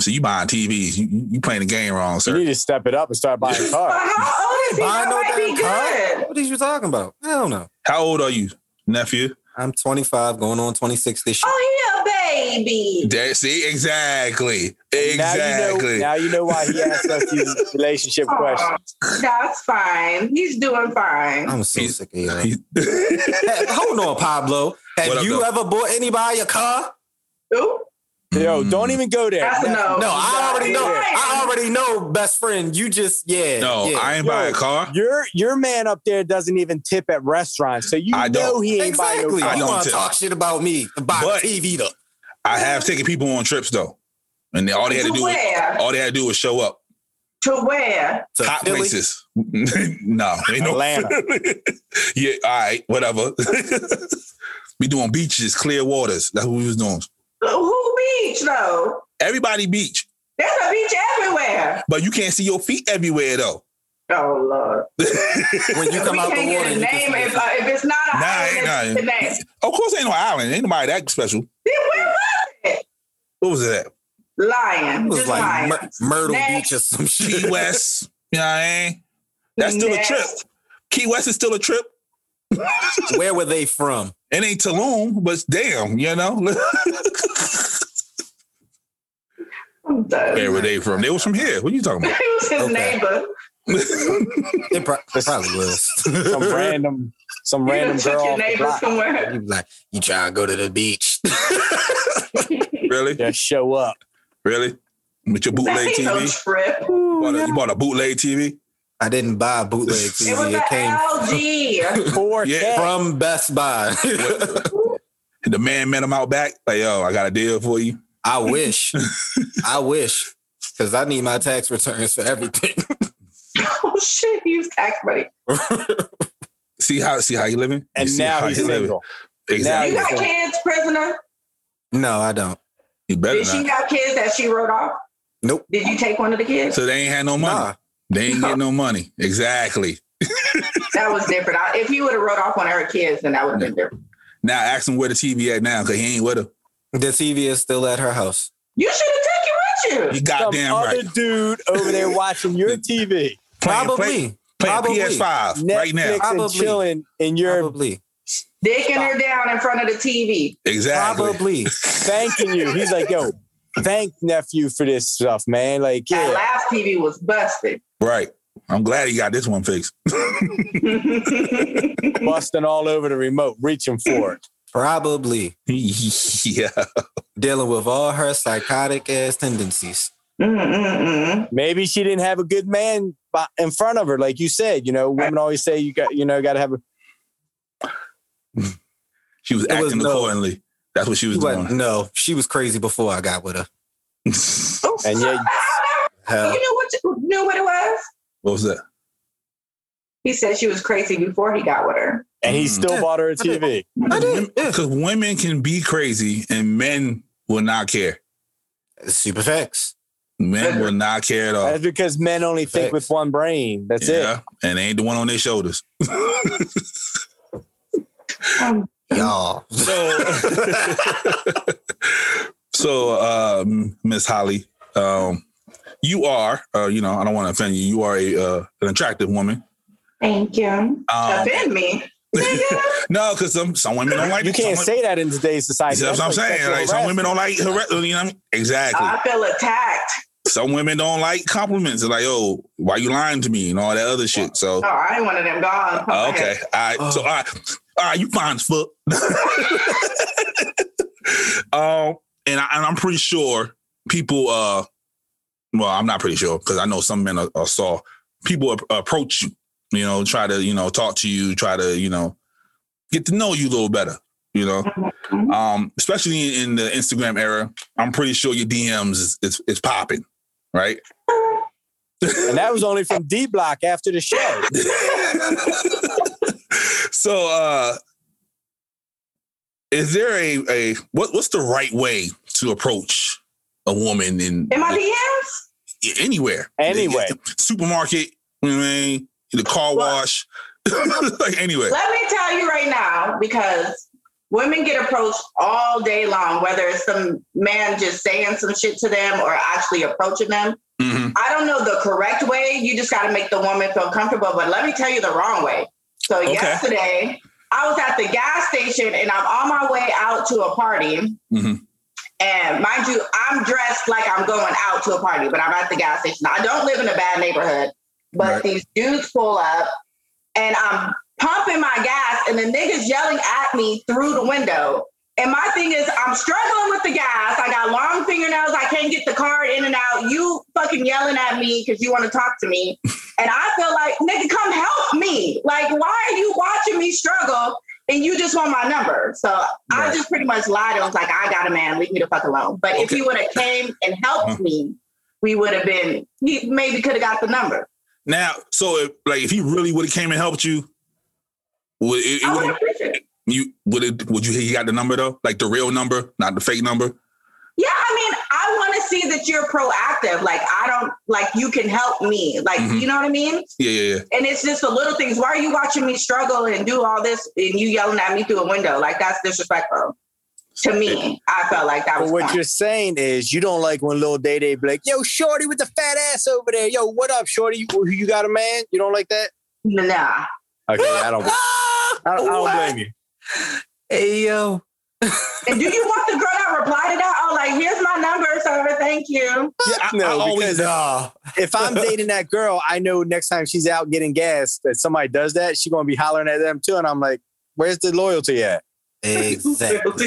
Speaker 1: So you buying TVs? You- You, you playing the game wrong,
Speaker 3: you
Speaker 1: sir.
Speaker 3: need to step it up and start
Speaker 1: <laughs>
Speaker 3: buying
Speaker 4: But
Speaker 3: cars.
Speaker 4: how old is he?
Speaker 2: Buying
Speaker 4: That
Speaker 2: no
Speaker 4: might
Speaker 2: damn
Speaker 4: be
Speaker 2: car.
Speaker 4: good.
Speaker 2: What are you talking about? I don't know.
Speaker 1: How old are you, nephew?
Speaker 2: I'm 25, going on 26 this year.
Speaker 4: Oh, he a baby.
Speaker 1: That, see, exactly,
Speaker 3: Now you, know,
Speaker 1: exactly.
Speaker 3: now you know why he asked
Speaker 1: <laughs>
Speaker 3: us these relationship
Speaker 4: Aw,
Speaker 3: questions.
Speaker 4: That's fine. He's doing fine.
Speaker 2: I'm so
Speaker 1: He's-
Speaker 2: sick of you.
Speaker 1: He-
Speaker 2: Hey, Hold on, Pablo. Have
Speaker 1: What up,
Speaker 2: you
Speaker 1: though?
Speaker 2: ever bought anybody a car?
Speaker 4: Ooh,
Speaker 3: <laughs> Yo,
Speaker 1: Mm.
Speaker 3: don't even go there.
Speaker 4: That's a no.
Speaker 2: No, I already know.
Speaker 4: Yeah.
Speaker 2: I already know, best friend. You just
Speaker 1: <laughs>
Speaker 2: yeah.
Speaker 1: No,
Speaker 2: yeah.
Speaker 1: I ain't
Speaker 3: Yo,
Speaker 1: buying a car.
Speaker 3: Your your man up there doesn't even tip at restaurants, so you
Speaker 1: I
Speaker 3: know
Speaker 1: don't.
Speaker 3: he ain't
Speaker 2: exactly.
Speaker 3: buying no
Speaker 1: I
Speaker 2: You
Speaker 1: don't
Speaker 2: want to
Speaker 1: tip.
Speaker 2: talk shit about me about
Speaker 1: But-
Speaker 2: TV though?
Speaker 1: I have taken people on trips though, and they, all they had to
Speaker 4: to
Speaker 1: do, was,
Speaker 4: where?
Speaker 1: all they had to do was show up.
Speaker 4: To where?
Speaker 2: To
Speaker 1: Hot <laughs>
Speaker 2: Philly?
Speaker 1: places. no, ain't <laughs> no
Speaker 3: Atlanta.
Speaker 1: yeah, all right, whatever. <laughs> we doing beaches, clear waters. That's what we was doing.
Speaker 4: Who beach though?
Speaker 1: Everybody beach,
Speaker 4: There's a beach everywhere.
Speaker 1: but you can't see your feet everywhere though. <laughs>
Speaker 4: Oh lord.
Speaker 2: When
Speaker 4: <laughs>
Speaker 2: you come
Speaker 4: we
Speaker 2: out the
Speaker 4: can't
Speaker 2: water,
Speaker 4: get a
Speaker 2: you can
Speaker 4: name
Speaker 2: see it.
Speaker 4: if, uh, if it's not a
Speaker 1: Nah,
Speaker 4: island,
Speaker 1: ain't
Speaker 4: it's
Speaker 1: nah.
Speaker 4: the name.
Speaker 1: of course, ain't no island. Ain't nobody that special.
Speaker 4: Then where was
Speaker 1: What was it? At?
Speaker 4: it? Lying.
Speaker 2: It was
Speaker 4: Just
Speaker 2: like
Speaker 4: lying.
Speaker 2: Myr- Myrtle
Speaker 4: Next.
Speaker 2: Beach
Speaker 1: <laughs>
Speaker 2: or some shit.
Speaker 1: Key West. <laughs> You know what I mean? That's still
Speaker 4: Next.
Speaker 1: a trip. Key West is still a trip.
Speaker 2: Where were they from?
Speaker 1: It ain't Tulum, but damn, you know. <laughs>
Speaker 4: I'm done. <laughs>
Speaker 1: Where were they from? They was from here. What are you talking about?
Speaker 4: It was his
Speaker 2: Okay.
Speaker 4: neighbor.
Speaker 2: It, pro- it probably
Speaker 1: <laughs>
Speaker 2: was.
Speaker 3: Some random some
Speaker 4: You
Speaker 3: random
Speaker 4: done took
Speaker 3: girl.
Speaker 4: your
Speaker 3: off the
Speaker 4: neighbor
Speaker 3: block.
Speaker 4: somewhere. <laughs>
Speaker 2: You be like, you try to go to the beach.
Speaker 1: Really?
Speaker 3: Just show up.
Speaker 1: Really? With your bootleg
Speaker 4: That ain't no
Speaker 1: TV?
Speaker 4: trip.
Speaker 3: Oh,
Speaker 1: You bought a, you bought a bootleg TV?
Speaker 2: I didn't buy a bootleg
Speaker 1: It
Speaker 4: It
Speaker 2: TV.
Speaker 4: was
Speaker 2: It,
Speaker 4: an
Speaker 2: came <laughs>
Speaker 3: 4K.
Speaker 4: LG.
Speaker 1: <laughs> Yeah.
Speaker 2: from Best Buy. <laughs>
Speaker 1: And the man met him out back. Like, yo, I got a deal for you. <laughs>
Speaker 2: I wish. I wish. Because I need my tax returns for everything.
Speaker 4: <laughs>
Speaker 2: <laughs>
Speaker 4: oh shit, he was tax money.
Speaker 1: See how see how you living? You
Speaker 3: And
Speaker 1: see
Speaker 3: now
Speaker 1: how
Speaker 3: he's
Speaker 1: you living?
Speaker 3: single.
Speaker 4: You
Speaker 1: Exactly.
Speaker 3: Now
Speaker 4: got kids, prisoner?
Speaker 2: no, I don't.
Speaker 1: You better
Speaker 4: Did she
Speaker 1: not.
Speaker 4: have kids that she wrote off?
Speaker 2: Nope.
Speaker 4: Did you take one of the kids?
Speaker 1: So they ain't had no money.
Speaker 2: Nah.
Speaker 1: They ain't get no money. Exactly.
Speaker 4: That was different. I, if he would have wrote off one of her kids, then that would have been different.
Speaker 1: Now ask him where the TV at now, because he ain't with her.
Speaker 2: The TV is still at her house.
Speaker 4: You should have took it with
Speaker 1: You
Speaker 4: you.
Speaker 3: Some
Speaker 1: goddamn
Speaker 3: other
Speaker 1: right.
Speaker 3: dude over there watching
Speaker 1: <laughs>
Speaker 3: your TV.
Speaker 1: Playing-
Speaker 2: Probably.
Speaker 1: play- playing
Speaker 2: probably.
Speaker 1: PS5
Speaker 3: Netflix
Speaker 1: right now.
Speaker 3: and
Speaker 2: Probably.
Speaker 3: chilling in your
Speaker 2: Probably.
Speaker 4: Dicking her down in front of the TV.
Speaker 1: Exactly.
Speaker 2: Probably.
Speaker 3: thanking you. He's like, yo, thank nephew for this stuff, man. Like,
Speaker 4: That
Speaker 3: yeah.
Speaker 4: last TV was busted. <laughs>
Speaker 1: Right. I'm glad he got this one fixed. <laughs>
Speaker 3: busting all over the remote, reaching for it.
Speaker 2: Probably.
Speaker 1: yeah.
Speaker 2: Dealing with all her psychotic ass tendencies.
Speaker 4: Mm-mm-mm.
Speaker 3: Maybe she didn't have a good man bi- in front of her, like you said. You know, women always say you got, you know, got to have. A,
Speaker 1: She was
Speaker 2: It
Speaker 1: acting
Speaker 2: was no-
Speaker 1: accordingly. That's what she was
Speaker 2: She wasn't-
Speaker 1: doing.
Speaker 2: no, she was crazy before I got with her.
Speaker 4: Oh,
Speaker 3: And yet-
Speaker 4: you
Speaker 2: Hell.
Speaker 4: knew what you knew what it was.
Speaker 1: <laughs> what was that?
Speaker 4: He said she was crazy before he got with her.
Speaker 3: and he
Speaker 1: Mm.
Speaker 3: still bought her a TV.
Speaker 2: I did. Yeah.
Speaker 1: Because women can be crazy and men will not care.
Speaker 2: Super facts.
Speaker 1: Men will not care at all.
Speaker 3: That's because men only think
Speaker 2: Facts.
Speaker 3: with one brain. That's it.
Speaker 1: Oh. yeah. And they ain't the one on their shoulders.
Speaker 4: Um,
Speaker 2: Y'all.
Speaker 1: <laughs> So, so um, Miss Holly, um, you are, uh, you know, I don't want to offend you. You are a uh, an attractive woman.
Speaker 4: thank you.
Speaker 1: Um,
Speaker 4: Offend me. Nigga.
Speaker 1: <laughs> no, because some some women don't like
Speaker 3: You can't
Speaker 1: some,
Speaker 3: say that in today's
Speaker 1: You
Speaker 3: society.
Speaker 1: see what I'm
Speaker 3: That's like
Speaker 1: saying?
Speaker 3: sexual
Speaker 1: Like some women
Speaker 3: harassment. Ah.
Speaker 1: don't like harass- you know, what I mean? exactly.
Speaker 4: I feel attacked.
Speaker 1: Some women don't like compliments. They're like, "Oh, why you lying to me?" and all that other shit. So
Speaker 4: Oh, I ain't one of them gone.
Speaker 1: Uh, okay. All right. So, all right. All right. You fine as fuck. <laughs> um, and, I, and I'm pretty sure people, uh, well, I'm not pretty sure because I know some men are, are saw people ap- approach you, you know, try to, you know, talk to you, try to, you know, get to know you a little better, you know,
Speaker 4: Mhm.
Speaker 1: um, especially in the Instagram era. I'm pretty sure your DMs is, is, is popping, right?
Speaker 3: and that was only from D Block after the show.
Speaker 1: <laughs> so uh is there a a what what's the right way to approach a woman in
Speaker 4: In my DMs?
Speaker 1: anywhere?
Speaker 3: Anyway.
Speaker 1: Supermarket, you know what I mean? The car wash. <laughs> like anywhere.
Speaker 4: Let me tell you right now, because women get approached all day long, whether it's some man just saying some shit to them or actually approaching them.
Speaker 1: Mhm.
Speaker 4: I don't know the correct way. You just got to make the woman feel comfortable. But let me tell you the wrong way. So
Speaker 1: Okay.
Speaker 4: yesterday, I was at the gas station and I'm on my way out to a party.
Speaker 1: Mhm.
Speaker 4: And mind you, I'm dressed like I'm going out to a party, but I'm at the gas station. I don't live in a bad neighborhood, but
Speaker 1: Right.
Speaker 4: these dudes pull up and I'm pumping my gas and the niggas yelling at me through the window. And my thing is, I'm struggling with the gas. I got long fingernails. I can't get the card in and out. You fucking yelling at me because you want to talk to me. And I feel like, nigga, come help me. Like, why are you watching me struggle and you just want my number? So I
Speaker 1: Right.
Speaker 4: just pretty much lied and was like, I got a man. Leave me the fuck alone. But if
Speaker 1: Okay.
Speaker 4: he would have came and helped me, we would have been, he maybe could have got the number.
Speaker 1: Now, so if, like if he really would have came and helped you, would it, it
Speaker 4: I would
Speaker 1: would've-
Speaker 4: have appreciated it.
Speaker 1: you would it would you he got the number though? Like the real number, not the fake number?
Speaker 4: Yeah, I mean, I want to see that you're proactive. Like, I don't, like, you can help me. Like,
Speaker 1: Mhm.
Speaker 4: you know what I mean?
Speaker 1: Yeah, yeah, yeah.
Speaker 4: And it's just the little things. Why are you watching me struggle and do all this and you yelling at me through a window? Like that's disrespectful. To me, I felt like that
Speaker 3: But
Speaker 4: was
Speaker 3: what
Speaker 4: corny.
Speaker 3: you're saying is you don't like when little Day Day be like, yo, Shorty with the fat ass over there. Yo, what up, Shorty? You, you got a man? You don't like that?
Speaker 4: nah.
Speaker 3: Okay, I don't, I don't, I don't blame you.
Speaker 2: <laughs> Hey yo,
Speaker 4: And do you want the girl that replied to that? Oh, like here's my number, sir. Thank you.
Speaker 1: Yeah, I, I
Speaker 3: No,
Speaker 1: always
Speaker 3: because
Speaker 2: nah.
Speaker 3: if
Speaker 1: <laughs>
Speaker 3: I'm dating that girl, I know next time she's out getting gas that somebody does that, she's gonna be hollering at them too. And I'm like, where's the loyalty at?
Speaker 2: Exactly.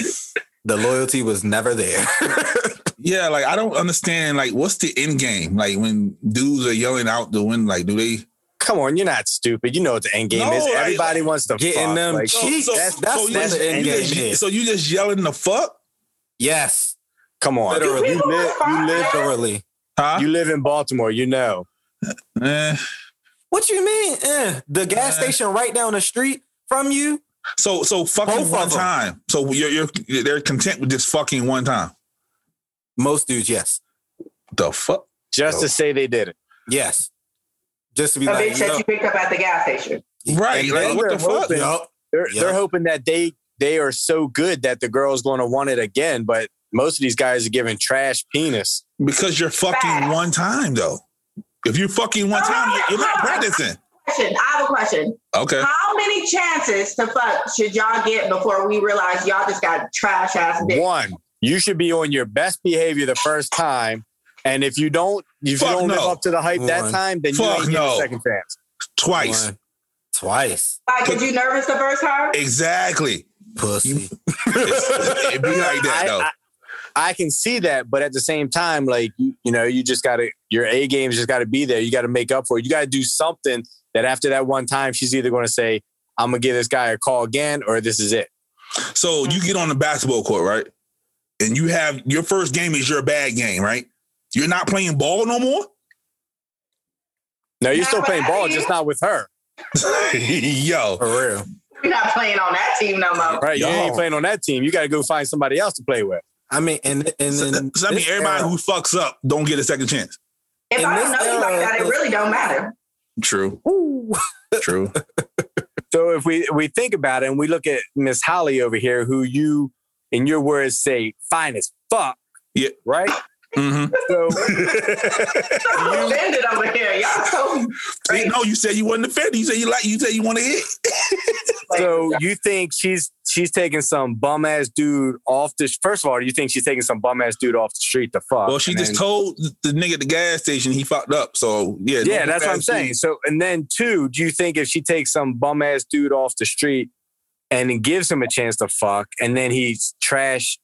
Speaker 2: the loyalty was never there. <laughs>
Speaker 1: Yeah, like I don't understand. Like, what's the end game? Like when dudes are yelling out the window, like do they?
Speaker 3: Come on, you're not stupid. You know what the end game
Speaker 1: No,
Speaker 3: is.
Speaker 1: like-
Speaker 3: Everybody wants to
Speaker 2: Getting
Speaker 3: fuck.
Speaker 2: them
Speaker 3: Like,
Speaker 2: cheeks. that's that's
Speaker 1: you
Speaker 2: what
Speaker 1: just-
Speaker 2: the end
Speaker 1: you
Speaker 2: game
Speaker 1: just-
Speaker 2: is.
Speaker 1: So you just yelling the fuck,
Speaker 2: yes,
Speaker 3: come on, you
Speaker 2: Literally.
Speaker 3: live, you live,
Speaker 2: literally.
Speaker 1: huh?
Speaker 3: you live in Baltimore. You know.
Speaker 1: Eh.
Speaker 2: What you mean? Eh, the gas
Speaker 1: Uh.
Speaker 2: station right down the street from you.
Speaker 1: So so
Speaker 2: Both
Speaker 1: fucking
Speaker 2: of
Speaker 1: one
Speaker 2: them.
Speaker 1: time. So you're you're they're content with just fucking one time.
Speaker 2: Most dudes, yes,
Speaker 1: The fuck?
Speaker 3: Just
Speaker 1: Yo.
Speaker 3: to say they did it.
Speaker 2: yes. Just to be
Speaker 4: A
Speaker 2: like,
Speaker 4: bitch that
Speaker 2: yo,
Speaker 4: you picked up at the gas station.
Speaker 1: Right?
Speaker 2: And
Speaker 1: Like
Speaker 3: then
Speaker 1: what
Speaker 3: they're
Speaker 1: the fuck?
Speaker 3: hoping-
Speaker 2: yo,
Speaker 3: They're,
Speaker 2: Yeah.
Speaker 3: they're hoping that they they are so good that the girl's going to want it again. But most of these guys are giving trash penis.
Speaker 1: Because you're fucking
Speaker 4: Facts.
Speaker 1: one time though. If you're fucking one time, you're- you're not practicing.
Speaker 4: Question. I have a question.
Speaker 1: Okay.
Speaker 4: How many chances to fuck should y'all get before we realize y'all just got trash ass dick?
Speaker 3: One, you should be on your best behavior the first time. And if you don't, if
Speaker 1: Fuck
Speaker 3: you don't live
Speaker 1: no.
Speaker 3: up to the hype
Speaker 2: One.
Speaker 3: that time, then
Speaker 1: Fuck
Speaker 3: you ain't getting
Speaker 1: no.
Speaker 3: a second chance.
Speaker 1: <laughs> Twice.
Speaker 2: one, twice,
Speaker 4: Like, was you nervous the first time?
Speaker 1: Exactly.
Speaker 2: pussy.
Speaker 1: It's- it be like that
Speaker 3: I-
Speaker 1: though.
Speaker 3: I- I can see that, but at the same time, like you, you know, you just gotta your A game's just gotta be there. You gotta make up for it. You gotta do something that after that one time, she's either gonna say, "I'm gonna give this guy a call again," or "This is it."
Speaker 1: So
Speaker 3: Mm-hmm.
Speaker 1: you get on the basketball court, right? And you have your first game is your bad game, right? You're not playing ball no more. <laughs>
Speaker 3: No, you're
Speaker 4: Not
Speaker 3: still
Speaker 4: with
Speaker 3: playing ball,
Speaker 4: me.
Speaker 3: just not with her,
Speaker 1: Yo,
Speaker 2: For real.
Speaker 4: We're not playing on that team no more.
Speaker 3: right? You
Speaker 1: Yo.
Speaker 3: ain't playing on that team. You gotta go find somebody else to play with.
Speaker 2: I mean, and and
Speaker 1: so,
Speaker 2: then
Speaker 1: so I mean, everybody who fucks up don't get a second chance.
Speaker 4: If
Speaker 2: In
Speaker 4: I
Speaker 2: this
Speaker 4: don't know you like
Speaker 2: era,
Speaker 4: that, it
Speaker 2: this-
Speaker 4: really don't matter.
Speaker 1: True,
Speaker 2: who
Speaker 1: <laughs> true.
Speaker 3: So if we we think about it and we look at Miss Holly over here, who you, in your words, say fine as fuck.
Speaker 1: Yeah.
Speaker 3: Right.
Speaker 1: <laughs> Mhm.
Speaker 3: So
Speaker 4: <laughs> So offended over here. Y'all so
Speaker 1: See, no, you said you wasn't offended. You said you like. You said you want to hit.
Speaker 3: So you think she's she's taking some bum ass dude off the first of all, you think she's taking some bum ass dude off the street to fuck?
Speaker 1: Well, she
Speaker 3: and
Speaker 1: just
Speaker 3: then-
Speaker 1: told the nigga at the gas station he fucked up. So yeah,
Speaker 3: Yeah,
Speaker 1: don't
Speaker 3: that's what I'm
Speaker 1: fast
Speaker 3: saying. So and then two, do you think if she takes some bum ass dude off the street and then gives him a chance to fuck and then he's trash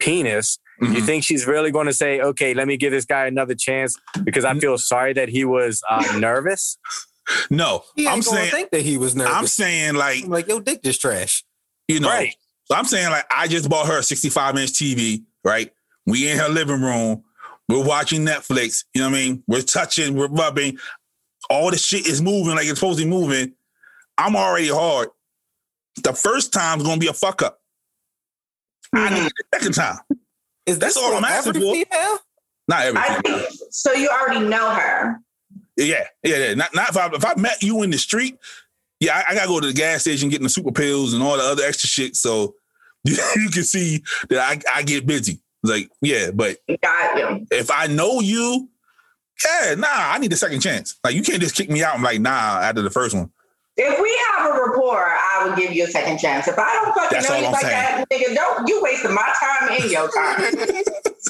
Speaker 3: penis,
Speaker 1: food. Mhm.
Speaker 3: you think she's really gonna say, Okay, let me give this guy another chance because I feel sorry that he was uh, nervous?
Speaker 1: No,
Speaker 2: he ain't
Speaker 1: I'm
Speaker 2: gonna
Speaker 1: saying.
Speaker 2: think that he was nervous.
Speaker 1: I'm saying like
Speaker 2: I'm like, yo, dick just trash.
Speaker 1: you know.
Speaker 3: Right.
Speaker 1: So I'm saying like I just bought her a 65 inch TV, right? We in her living room. We're watching Netflix. You know what I mean? We're touching, we're rubbing. All the shit is moving like it's supposed to be moving. I'm already hard. The first time's gonna be a fuck up. I need the second time.
Speaker 2: Is
Speaker 1: That's all
Speaker 2: for
Speaker 1: I'm asking
Speaker 2: every
Speaker 1: for.
Speaker 2: female?
Speaker 1: Not
Speaker 4: I
Speaker 1: everything.
Speaker 4: think so. You already know her.
Speaker 1: Yeah, yeah, yeah. Not, not if I if I met you in the street, yeah, I, I gotta go to the gas station getting the super pills and all the other extra shit. So <laughs> you, can see that I, I get busy. Like, yeah, but
Speaker 4: Got you.
Speaker 1: if I know you, yeah, nah, I need a second chance. Like you can't just kick me out. I'm like, nah, after the first one.
Speaker 4: If we have a rapport, I would give you a second chance. If I don't fucking
Speaker 1: That's
Speaker 4: know
Speaker 1: all
Speaker 4: you
Speaker 1: I'm
Speaker 4: like
Speaker 1: saying.
Speaker 4: that, nigga, don't you wasting my time and your time.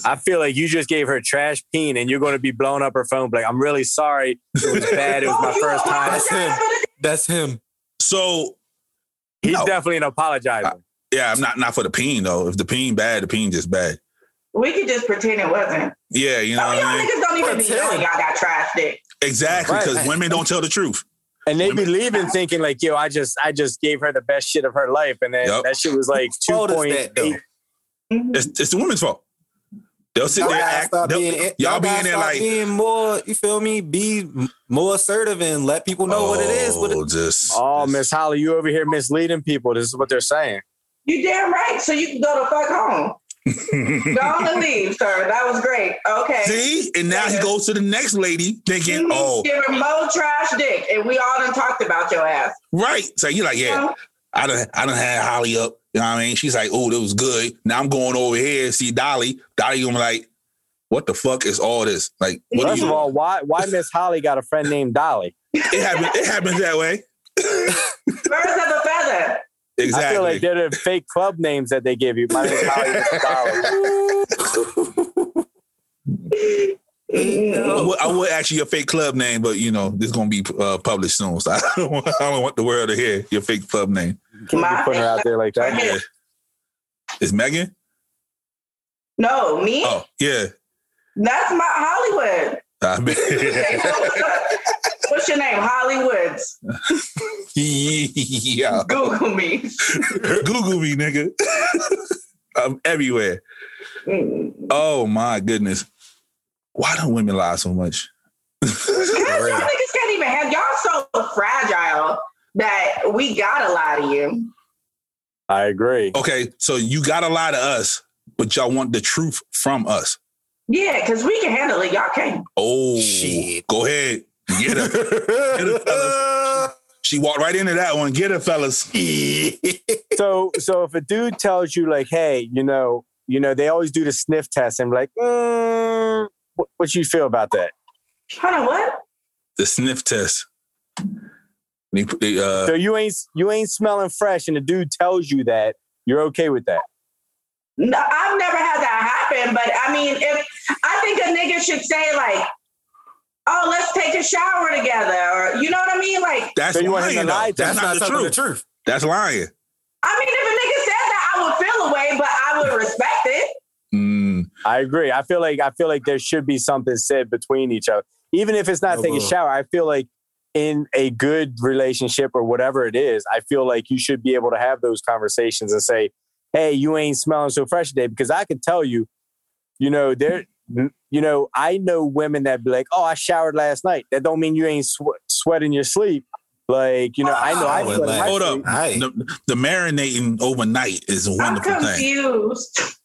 Speaker 3: I feel like you just gave her trash peen and you're going to be blowing up her phone. Like, I'm really sorry. It
Speaker 1: <laughs>
Speaker 3: was bad. It was my
Speaker 4: Oh, you
Speaker 3: first
Speaker 4: <laughs>
Speaker 3: time.
Speaker 4: apologize
Speaker 2: time.
Speaker 4: for the-
Speaker 2: That's him.
Speaker 1: So
Speaker 3: He's
Speaker 1: No.
Speaker 3: definitely an apologizer.
Speaker 1: yeah, I'm not not for the peen though. If the peen bad, the peen just bad.
Speaker 4: We could just pretend it wasn't.
Speaker 1: Yeah, you
Speaker 2: Oh,
Speaker 1: know
Speaker 4: Some of
Speaker 1: what
Speaker 4: y'all
Speaker 1: I mean?
Speaker 4: niggas don't even be
Speaker 2: Pretend.
Speaker 4: knowing y'all got trash dick.
Speaker 1: Exactly, because
Speaker 2: Right.
Speaker 1: women don't tell the truth.
Speaker 3: And they be leaving thinking like, yo, I just I just gave her the best shit of her life. And then
Speaker 1: Yup.
Speaker 3: that shit was like two
Speaker 2: Told us
Speaker 3: point
Speaker 2: that, though.
Speaker 3: eight.
Speaker 4: Mhm.
Speaker 1: It's, it's the women's fault. They'll sit
Speaker 2: Y'all
Speaker 1: there,
Speaker 2: gotta
Speaker 1: act,
Speaker 2: stop
Speaker 1: they'll-
Speaker 2: being, y'all
Speaker 1: y'all
Speaker 2: gotta
Speaker 1: being there
Speaker 2: stop
Speaker 1: like
Speaker 2: being more. You feel me? Be m- more assertive and let people know what it is. What
Speaker 1: Oh,
Speaker 2: it,
Speaker 1: just
Speaker 3: Oh,
Speaker 1: just-
Speaker 3: Miss Holly, you over here misleading people. This is what they're saying.
Speaker 4: You damn right. So you can go the fuck home. Go on and leave, sir. That was great. Okay.
Speaker 1: <laughs> See, and now he goes to the next lady thinking,
Speaker 4: You
Speaker 2: Mm-hmm.
Speaker 1: "Oh,
Speaker 4: give her mo trash dick, and we all done talked about your ass.
Speaker 1: right." So you're like, "Yeah, I don't, I don't have Holly up." You know what I mean? She's like, "Oh, that was good." Now I'm going over here and see Dolly. Dolly gonna be like, "What the fuck is all this?" Like, what do
Speaker 3: First
Speaker 1: you?
Speaker 3: of all, why why Miss Holly got a friend named Dolly?
Speaker 1: <laughs> it happens. It happens that way.
Speaker 4: Birds of a feather.
Speaker 1: <laughs> Exactly.
Speaker 3: I feel like they're the fake club names that they give you. My Miss Holly, Miss
Speaker 2: <laughs>
Speaker 3: Dolly.
Speaker 1: I would, I would ask you your fake club name, but you know this is gonna be uh, published soon, so <laughs> I don't, want, I don't want the world to hear your fake club name.
Speaker 3: Can't be putting her out there like that.
Speaker 1: Yeah. It's Megan.
Speaker 4: No, me.
Speaker 1: Oh yeah,
Speaker 4: That's my Hollywood.
Speaker 1: I
Speaker 4: <laughs> What's your name? Hollywoods.
Speaker 1: <laughs> yeah.
Speaker 4: Google me.
Speaker 1: Google me, nigga. <laughs> I'm everywhere.
Speaker 4: Mm.
Speaker 1: Oh my goodness. Why don't women lie so much?
Speaker 4: Guys,
Speaker 2: real.
Speaker 4: y'all niggas can't even have y'all so fragile that we gotta lie to you.
Speaker 3: I agree.
Speaker 1: <laughs> Okay, so you gotta lie to us, but y'all want the truth from us.
Speaker 4: Yeah, because we can handle it. Y'all can't.
Speaker 1: Oh
Speaker 2: Shit.
Speaker 1: go ahead. Get her. Get her,
Speaker 2: <laughs>
Speaker 1: fellas. She walked right into that one. Get her, fellas.
Speaker 3: So so if a dude tells you like, hey, you know, you know, they always do the sniff test and be like, mm, what, what you feel about that?
Speaker 4: Hold on, what?
Speaker 1: The sniff test. They, put- they, uh,
Speaker 3: So you ain't you ain't smelling fresh, and the dude tells you that you're okay with that.
Speaker 4: No, I've never had that happen, but I mean, if I think a nigga should say like, "Oh, let's take a shower together," or you know what I mean? Like,
Speaker 1: that's
Speaker 3: So you want him
Speaker 1: lying.
Speaker 3: to
Speaker 1: though.
Speaker 3: lie to
Speaker 1: that's, not, the
Speaker 2: telling
Speaker 1: truth. That's lying.
Speaker 4: I mean, if a nigga said that, I would feel a way, but I would respect it.
Speaker 1: Mm,
Speaker 3: I agree. I feel like I feel like there should be something said between each other, even if it's not
Speaker 2: No,
Speaker 3: taking a
Speaker 2: bro.
Speaker 3: shower. I feel like in a good relationship or whatever it is, I feel like you should be able to have those conversations and say, "Hey, you ain't smelling so fresh today," because I can tell you, you know, there, you know, I know women that be like, "Oh, I showered last night." That don't mean you ain't swe- sweating your sleep. Like, you know, I know. I
Speaker 2: Oh,
Speaker 3: sweat in my
Speaker 2: like-
Speaker 1: hold
Speaker 3: sleep.
Speaker 1: up.
Speaker 2: All right.
Speaker 1: The, the marinating overnight is a
Speaker 4: I'm
Speaker 1: wonderful thing.
Speaker 4: confused.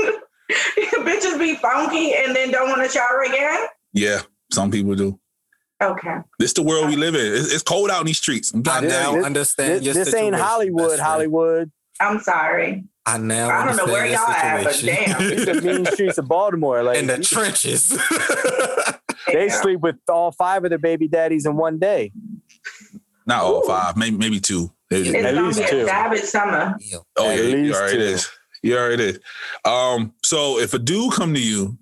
Speaker 4: <laughs> Bitches be funky and then don't want to shower again.
Speaker 1: Yeah, some people do.
Speaker 4: Okay,
Speaker 1: This the world we live in. It's, it's cold out in these streets. I'm
Speaker 2: I
Speaker 1: trying to tell
Speaker 2: now
Speaker 1: you.
Speaker 3: this-
Speaker 2: understand.
Speaker 3: This,
Speaker 2: your
Speaker 3: this ain't
Speaker 2: situation.
Speaker 3: Hollywood.
Speaker 2: That's right.
Speaker 3: Hollywood.
Speaker 4: I'm sorry.
Speaker 2: I now
Speaker 4: I don't know
Speaker 2: understand
Speaker 4: where
Speaker 2: your
Speaker 4: y'all at, but
Speaker 2: situation.
Speaker 4: damn.
Speaker 3: These are mean
Speaker 2: <laughs>
Speaker 3: streets of Baltimore. Like
Speaker 2: in the
Speaker 4: <laughs>
Speaker 2: trenches. <laughs>
Speaker 3: <laughs> They
Speaker 4: Yeah.
Speaker 3: sleep with all five of their baby daddies in one day.
Speaker 1: Not all
Speaker 4: Ooh.
Speaker 1: five, maybe maybe two. It-
Speaker 4: It's
Speaker 3: At
Speaker 4: gonna
Speaker 3: least
Speaker 4: be
Speaker 3: two.
Speaker 4: a savage summer.
Speaker 1: oh
Speaker 3: at
Speaker 1: yeah, you
Speaker 3: least
Speaker 1: already
Speaker 3: two.
Speaker 1: is. You already is. Um, so if a dude come to you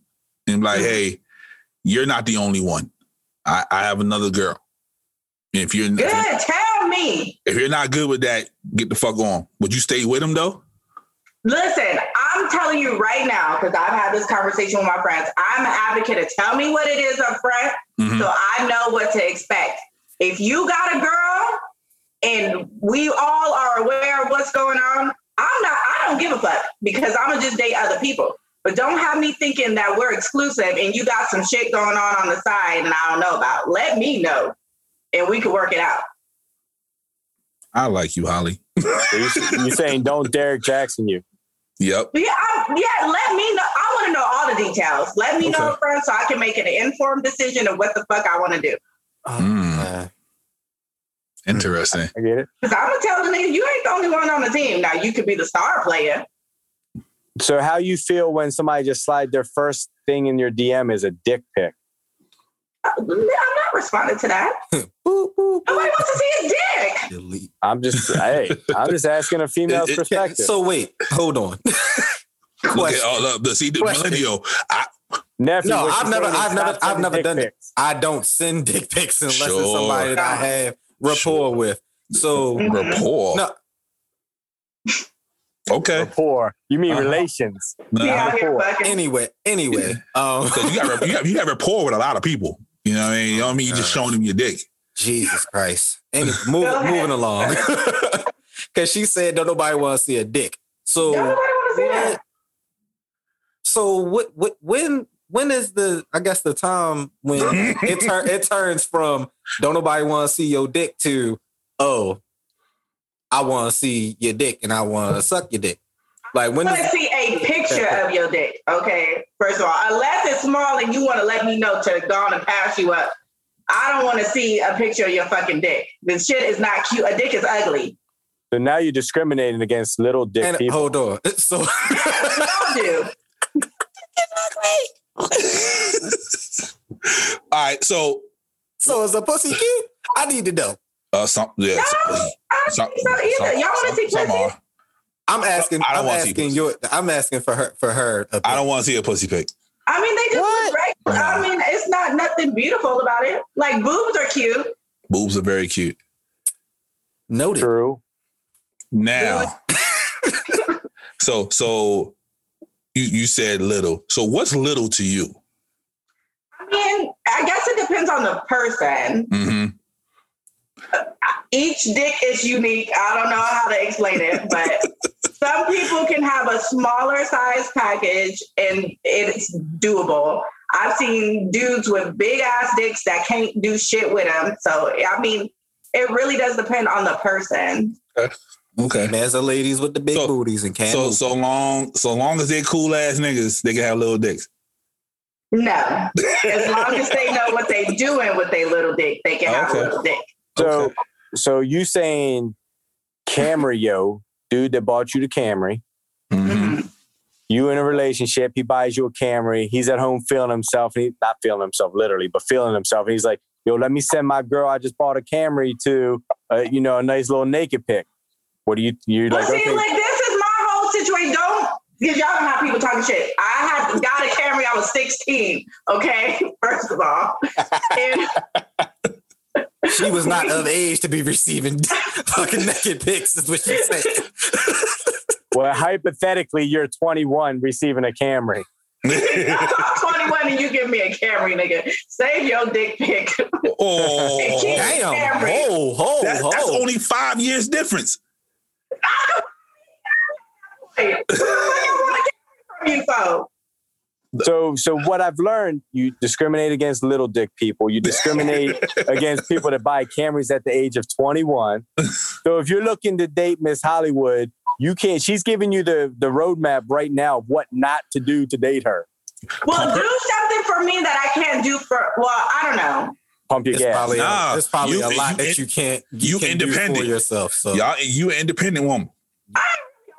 Speaker 1: and be like, hey, you're not the only one. I, I have another girl. If you're
Speaker 4: Good. Tell me.
Speaker 1: if you're not good with that, get the fuck on. Would you stay with him though?
Speaker 4: Listen, I'm telling you right now, because I've had this conversation with my friends. I'm an advocate of tell me what it is up front
Speaker 1: Mhm.
Speaker 4: so I know what to expect. If you got a girl and we all are aware of what's going on, I'm not, I don't give a fuck because I'm gonna just date other people. But don't have me thinking that we're exclusive and you got some shit going on on the side and I don't know about. Let me know and we can work it out.
Speaker 1: I like you, Holly.
Speaker 3: You're saying don't Derek Jackson
Speaker 2: <laughs>
Speaker 3: you.
Speaker 1: Yep.
Speaker 4: Yeah, I, yeah, let me know. I want to know all the details. Let me know
Speaker 1: Okay.
Speaker 4: first so I can make an informed decision of what the fuck I want to do.
Speaker 1: Mm,
Speaker 2: Uh,
Speaker 1: interesting.
Speaker 3: I get it.
Speaker 4: Because I'm going to tell the nigga, you ain't the only one on the team. Now, you could be the star player.
Speaker 3: So how you feel when somebody just slide their first thing in your DM is a dick pic?
Speaker 4: I'm not responding to that.
Speaker 2: boop, boop,
Speaker 4: Nobody wants to see his dick.
Speaker 2: delete.
Speaker 3: I'm just <laughs> hey, I'm just asking a female's
Speaker 1: It- it-
Speaker 3: perspective.
Speaker 2: So wait, hold on.
Speaker 1: Look
Speaker 2: Question.
Speaker 1: at all up. See, the
Speaker 2: Question.
Speaker 1: millennial. I,
Speaker 3: Nephew,
Speaker 2: No,
Speaker 3: what you
Speaker 2: I've never-
Speaker 3: saying is
Speaker 2: I've never-
Speaker 3: stop sending
Speaker 2: I've never
Speaker 3: dick
Speaker 2: done that.
Speaker 3: pics.
Speaker 2: I don't send dick pics unless it's
Speaker 1: Sure.
Speaker 2: somebody that I have rapport
Speaker 1: Sure.
Speaker 2: with. So
Speaker 4: <laughs>
Speaker 1: rapport.
Speaker 2: No.
Speaker 1: Okay.
Speaker 3: Rapport. You mean
Speaker 1: Uh-huh.
Speaker 3: relations?
Speaker 4: He
Speaker 1: Nah.
Speaker 4: out here
Speaker 3: cool.
Speaker 4: fucking.
Speaker 2: anyway, anyway, um,
Speaker 1: 'Cause you got you got you got rapport with a lot of people. You know what I mean? You know what I mean? You just showing them your dick.
Speaker 2: <laughs>
Speaker 1: <laughs>
Speaker 2: Jesus Christ. Any, move,
Speaker 4: Go ahead.
Speaker 2: moving along. <laughs> Because she said, don't nobody want to see a dick. So,
Speaker 4: Nobody want to see that.
Speaker 2: so what, what, when, when is the, I guess the time when
Speaker 1: <laughs>
Speaker 2: it, tur- it turns from don't nobody want to see your dick to, oh, I want to see your dick and I want to suck your dick. Like when
Speaker 4: want to
Speaker 2: does,
Speaker 4: see a picture of your dick, okay? First of all, unless it's small and you want to let me know to go on and pass you up. I don't want to see a picture of your fucking dick. This shit is not cute. A dick is ugly.
Speaker 3: So now you're discriminating against little dick
Speaker 2: and,
Speaker 3: people.
Speaker 2: hold on. <laughs> So,
Speaker 4: We all do.
Speaker 1: All right. So
Speaker 2: so is a pussy cute? I need to know.
Speaker 1: uh, some <laughs> yeah.
Speaker 4: No, I don't think so either. Y'all want to see
Speaker 1: some
Speaker 4: pussy?
Speaker 1: are.
Speaker 2: I'm asking.
Speaker 1: I don't
Speaker 2: I'm
Speaker 1: wanna see
Speaker 2: asking
Speaker 1: pussy.
Speaker 2: your. I'm asking for her. For her.
Speaker 1: I don't want to see a pussy pic.
Speaker 4: I mean, they just look regular. I mean, it's not nothing beautiful about it. Like boobs are cute.
Speaker 1: Boobs are very cute.
Speaker 2: notice.
Speaker 3: True.
Speaker 1: Now, <laughs> so so you you said little. So what's little to you?
Speaker 4: I mean, I guess it depends on the person.
Speaker 1: hmm
Speaker 4: each dick is unique. I don't know how to explain it, but some people can have a smaller size package and it's doable. I've seen dudes with big ass dicks that can't do shit with them. So, I mean, it really does depend on the person.
Speaker 1: Okay.
Speaker 2: And there's the ladies with the big
Speaker 1: So-
Speaker 2: booties and can't.
Speaker 1: So
Speaker 2: move.
Speaker 1: so long so long as they cool ass niggas, they can have little dicks.
Speaker 4: No, as long as they know what they doing with their little dick, they can have
Speaker 1: Okay.
Speaker 4: a little dick.
Speaker 3: So
Speaker 1: Okay.
Speaker 3: so you saying Camrio, dude that bought you the Camry,
Speaker 4: <laughs>
Speaker 1: Mhm.
Speaker 3: you in a relationship, he buys you a Camry, he's at home feeling himself, and he's not feeling himself literally, but feeling himself. And he's like, yo, let me send my girl I just bought a Camry to, uh, you know, a nice little naked pic. What do you, you're
Speaker 4: But
Speaker 3: like,
Speaker 4: see,
Speaker 3: okay,
Speaker 4: like this is my whole situation. Don't because y'all don't have people talking shit. I had got a Camry. I was 16. Okay, <laughs> first of
Speaker 3: <laughs>
Speaker 4: all, and <laughs>
Speaker 2: she was not of age to be receiving <laughs> fucking naked pics. Is what she said.
Speaker 3: well, hypothetically, you're 21 receiving a Camry.
Speaker 4: I'm 21 and you give me a Camry, nigga. Save your dick pic.
Speaker 1: <laughs>
Speaker 4: <laughs>
Speaker 1: oh,
Speaker 4: Damn.
Speaker 2: Damn. Ho ho
Speaker 1: That's,
Speaker 2: Oh, ho.
Speaker 1: that's only five years difference. <laughs>
Speaker 4: Hey, what the fuck I want a Camry from you for?
Speaker 3: So, so what I've learned, you discriminate against little dick people.
Speaker 2: <laughs>
Speaker 3: You discriminate against people that buy Camrys at the age of 21. So, if you're looking to date Miss Hollywood, you can't. She's giving you the the roadmap right now of what not to do to date her. <laughs>
Speaker 4: Well, do something for me that I can't do for. Well, I don't know.
Speaker 3: Pump your
Speaker 2: It's
Speaker 3: gas.
Speaker 2: probably,
Speaker 1: Nah,
Speaker 2: a, it's probably
Speaker 1: you-
Speaker 2: a lot
Speaker 1: you-
Speaker 2: that you can't
Speaker 1: you
Speaker 2: can do for
Speaker 1: independent.
Speaker 2: yourself. So
Speaker 1: Y'all, you an independent woman.
Speaker 4: I'm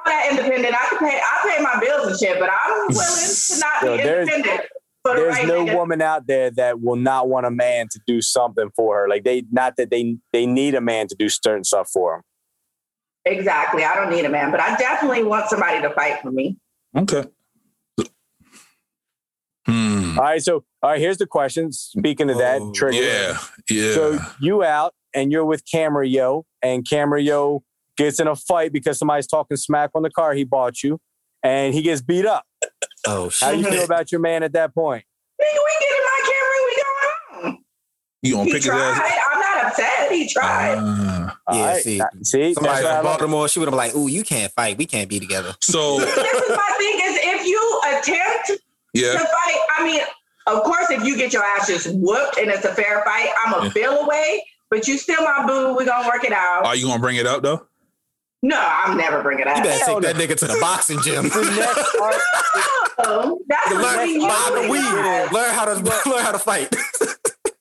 Speaker 4: not independent. I can pay. I pay my bills and shit, but
Speaker 3: <laughs>
Speaker 4: I'm willing to not
Speaker 3: Yo,
Speaker 4: be
Speaker 3: there's-
Speaker 4: independent. For the
Speaker 3: There's
Speaker 4: right
Speaker 3: no
Speaker 4: nigga.
Speaker 3: woman out there that will not want a man to do something for her. Like they, not that they they need a man to do certain stuff for them.
Speaker 4: Exactly. I don't need a man, but I definitely want somebody to fight for me.
Speaker 1: Okay. Hmm.
Speaker 3: All right. So, all right. Here's the question. Speaking of that,
Speaker 2: Oh,
Speaker 3: trigger.
Speaker 1: Yeah. Yeah.
Speaker 3: So you out and you're with Camrio, and Camrio gets in a fight because somebody's talking smack on the car he bought you, and he gets beat up.
Speaker 2: oh
Speaker 3: How
Speaker 2: shit.
Speaker 3: you
Speaker 2: <laughs>
Speaker 3: feel about your man at that point?
Speaker 4: Nigga, we get in my camera, we going home.
Speaker 1: you gonna
Speaker 4: He
Speaker 1: pick his
Speaker 4: tried.
Speaker 1: ass?
Speaker 4: I'm not upset. He tried.
Speaker 1: Ah.
Speaker 3: All
Speaker 2: Yeah,
Speaker 3: right.
Speaker 2: see.
Speaker 3: see,
Speaker 2: Somebody
Speaker 3: that's what I
Speaker 2: from
Speaker 3: like.
Speaker 4: <laughs>
Speaker 2: Baltimore, she would have been like, "Ooh, you can't fight. We can't be together."
Speaker 1: so
Speaker 4: this is my thing: is if you a attempt to
Speaker 1: Uh-huh. Yeah.
Speaker 4: fight. I mean, of course, if you get your ass just whooped and it's a fair fight, I'm a
Speaker 1: Yeah.
Speaker 4: feel away. But you still my boo. We're gonna work it out.
Speaker 1: Are you gonna bring it up though? <laughs>
Speaker 4: no, I'm never bringing
Speaker 2: You
Speaker 4: up.
Speaker 2: better
Speaker 3: Hell
Speaker 2: take that nigga to the boxing gym. <laughs>
Speaker 3: The next art,
Speaker 4: No, that's between
Speaker 2: learn,
Speaker 4: you
Speaker 2: buy the
Speaker 4: and
Speaker 2: weed.
Speaker 4: God.
Speaker 2: Learn how to <laughs> learn how to fight.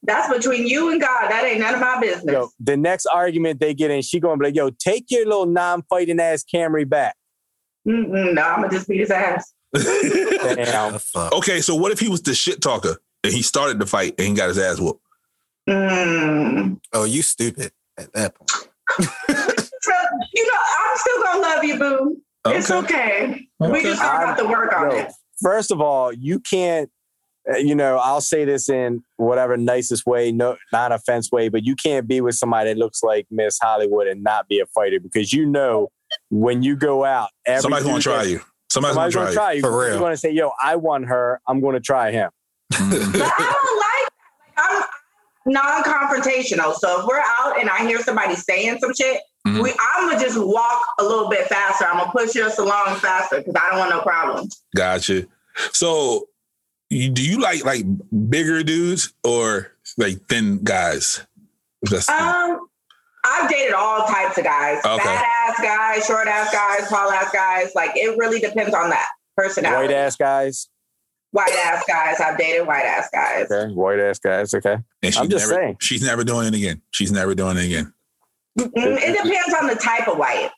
Speaker 4: That's between you and God. That ain't none of my business.
Speaker 3: yo, the next argument they get in, she gonna be like, "Yo, take your little non-fighting ass Camry back."
Speaker 4: Mm-mm, no, I'm gonna just beat his ass.
Speaker 3: Damn.
Speaker 2: Fuck.
Speaker 1: okay, so what if he was the shit talker and he started the fight and he got his ass whooped?
Speaker 4: Mm.
Speaker 2: Oh, you stupid at that point.
Speaker 4: So you know, I'm still gonna love you, boo. It's okay. We
Speaker 1: Okay.
Speaker 4: just gonna have to work on
Speaker 3: Yo,
Speaker 4: it.
Speaker 3: first of all, you can't. uh, You know, I'll say this in whatever nicest way, no non-offense way, but you can't be with somebody that looks like Miss Hollywood and not be a fighter because you know when you go out, every
Speaker 1: Somebody's gonna
Speaker 3: dude
Speaker 1: try
Speaker 3: that-
Speaker 1: you. Somebody's,
Speaker 3: Somebody's
Speaker 1: gonna
Speaker 3: gonna try you.
Speaker 2: For real.
Speaker 3: You're gonna say, "Yo, I won her. I'm gonna try him."
Speaker 1: try you.
Speaker 4: <laughs>
Speaker 1: Mhm.
Speaker 4: But I don't like that. I'm non-confrontational. So if we're out and I hear somebody saying some shit,
Speaker 1: Mhm.
Speaker 4: we I'm gonna just walk a little bit faster. I'm gonna push us along faster because I don't want no problems.
Speaker 1: Gotcha. So, you, do you like like bigger dudes or like thin guys? That's-
Speaker 3: Uh,
Speaker 4: Um, I've dated all types of guys:
Speaker 1: Okay.
Speaker 4: fat ass guys, short ass guys, tall ass guys. Like it really depends on that
Speaker 3: White
Speaker 4: personality.
Speaker 3: ass guys.
Speaker 4: White ass guys. I've dated white ass guys.
Speaker 3: Okay. White ass guys. Okay.
Speaker 1: and she's
Speaker 3: I'm just
Speaker 1: never,
Speaker 3: saying.
Speaker 1: sheshe's never doing it again. She's never doing it again. <laughs>
Speaker 4: Mm, it depends on the type of white.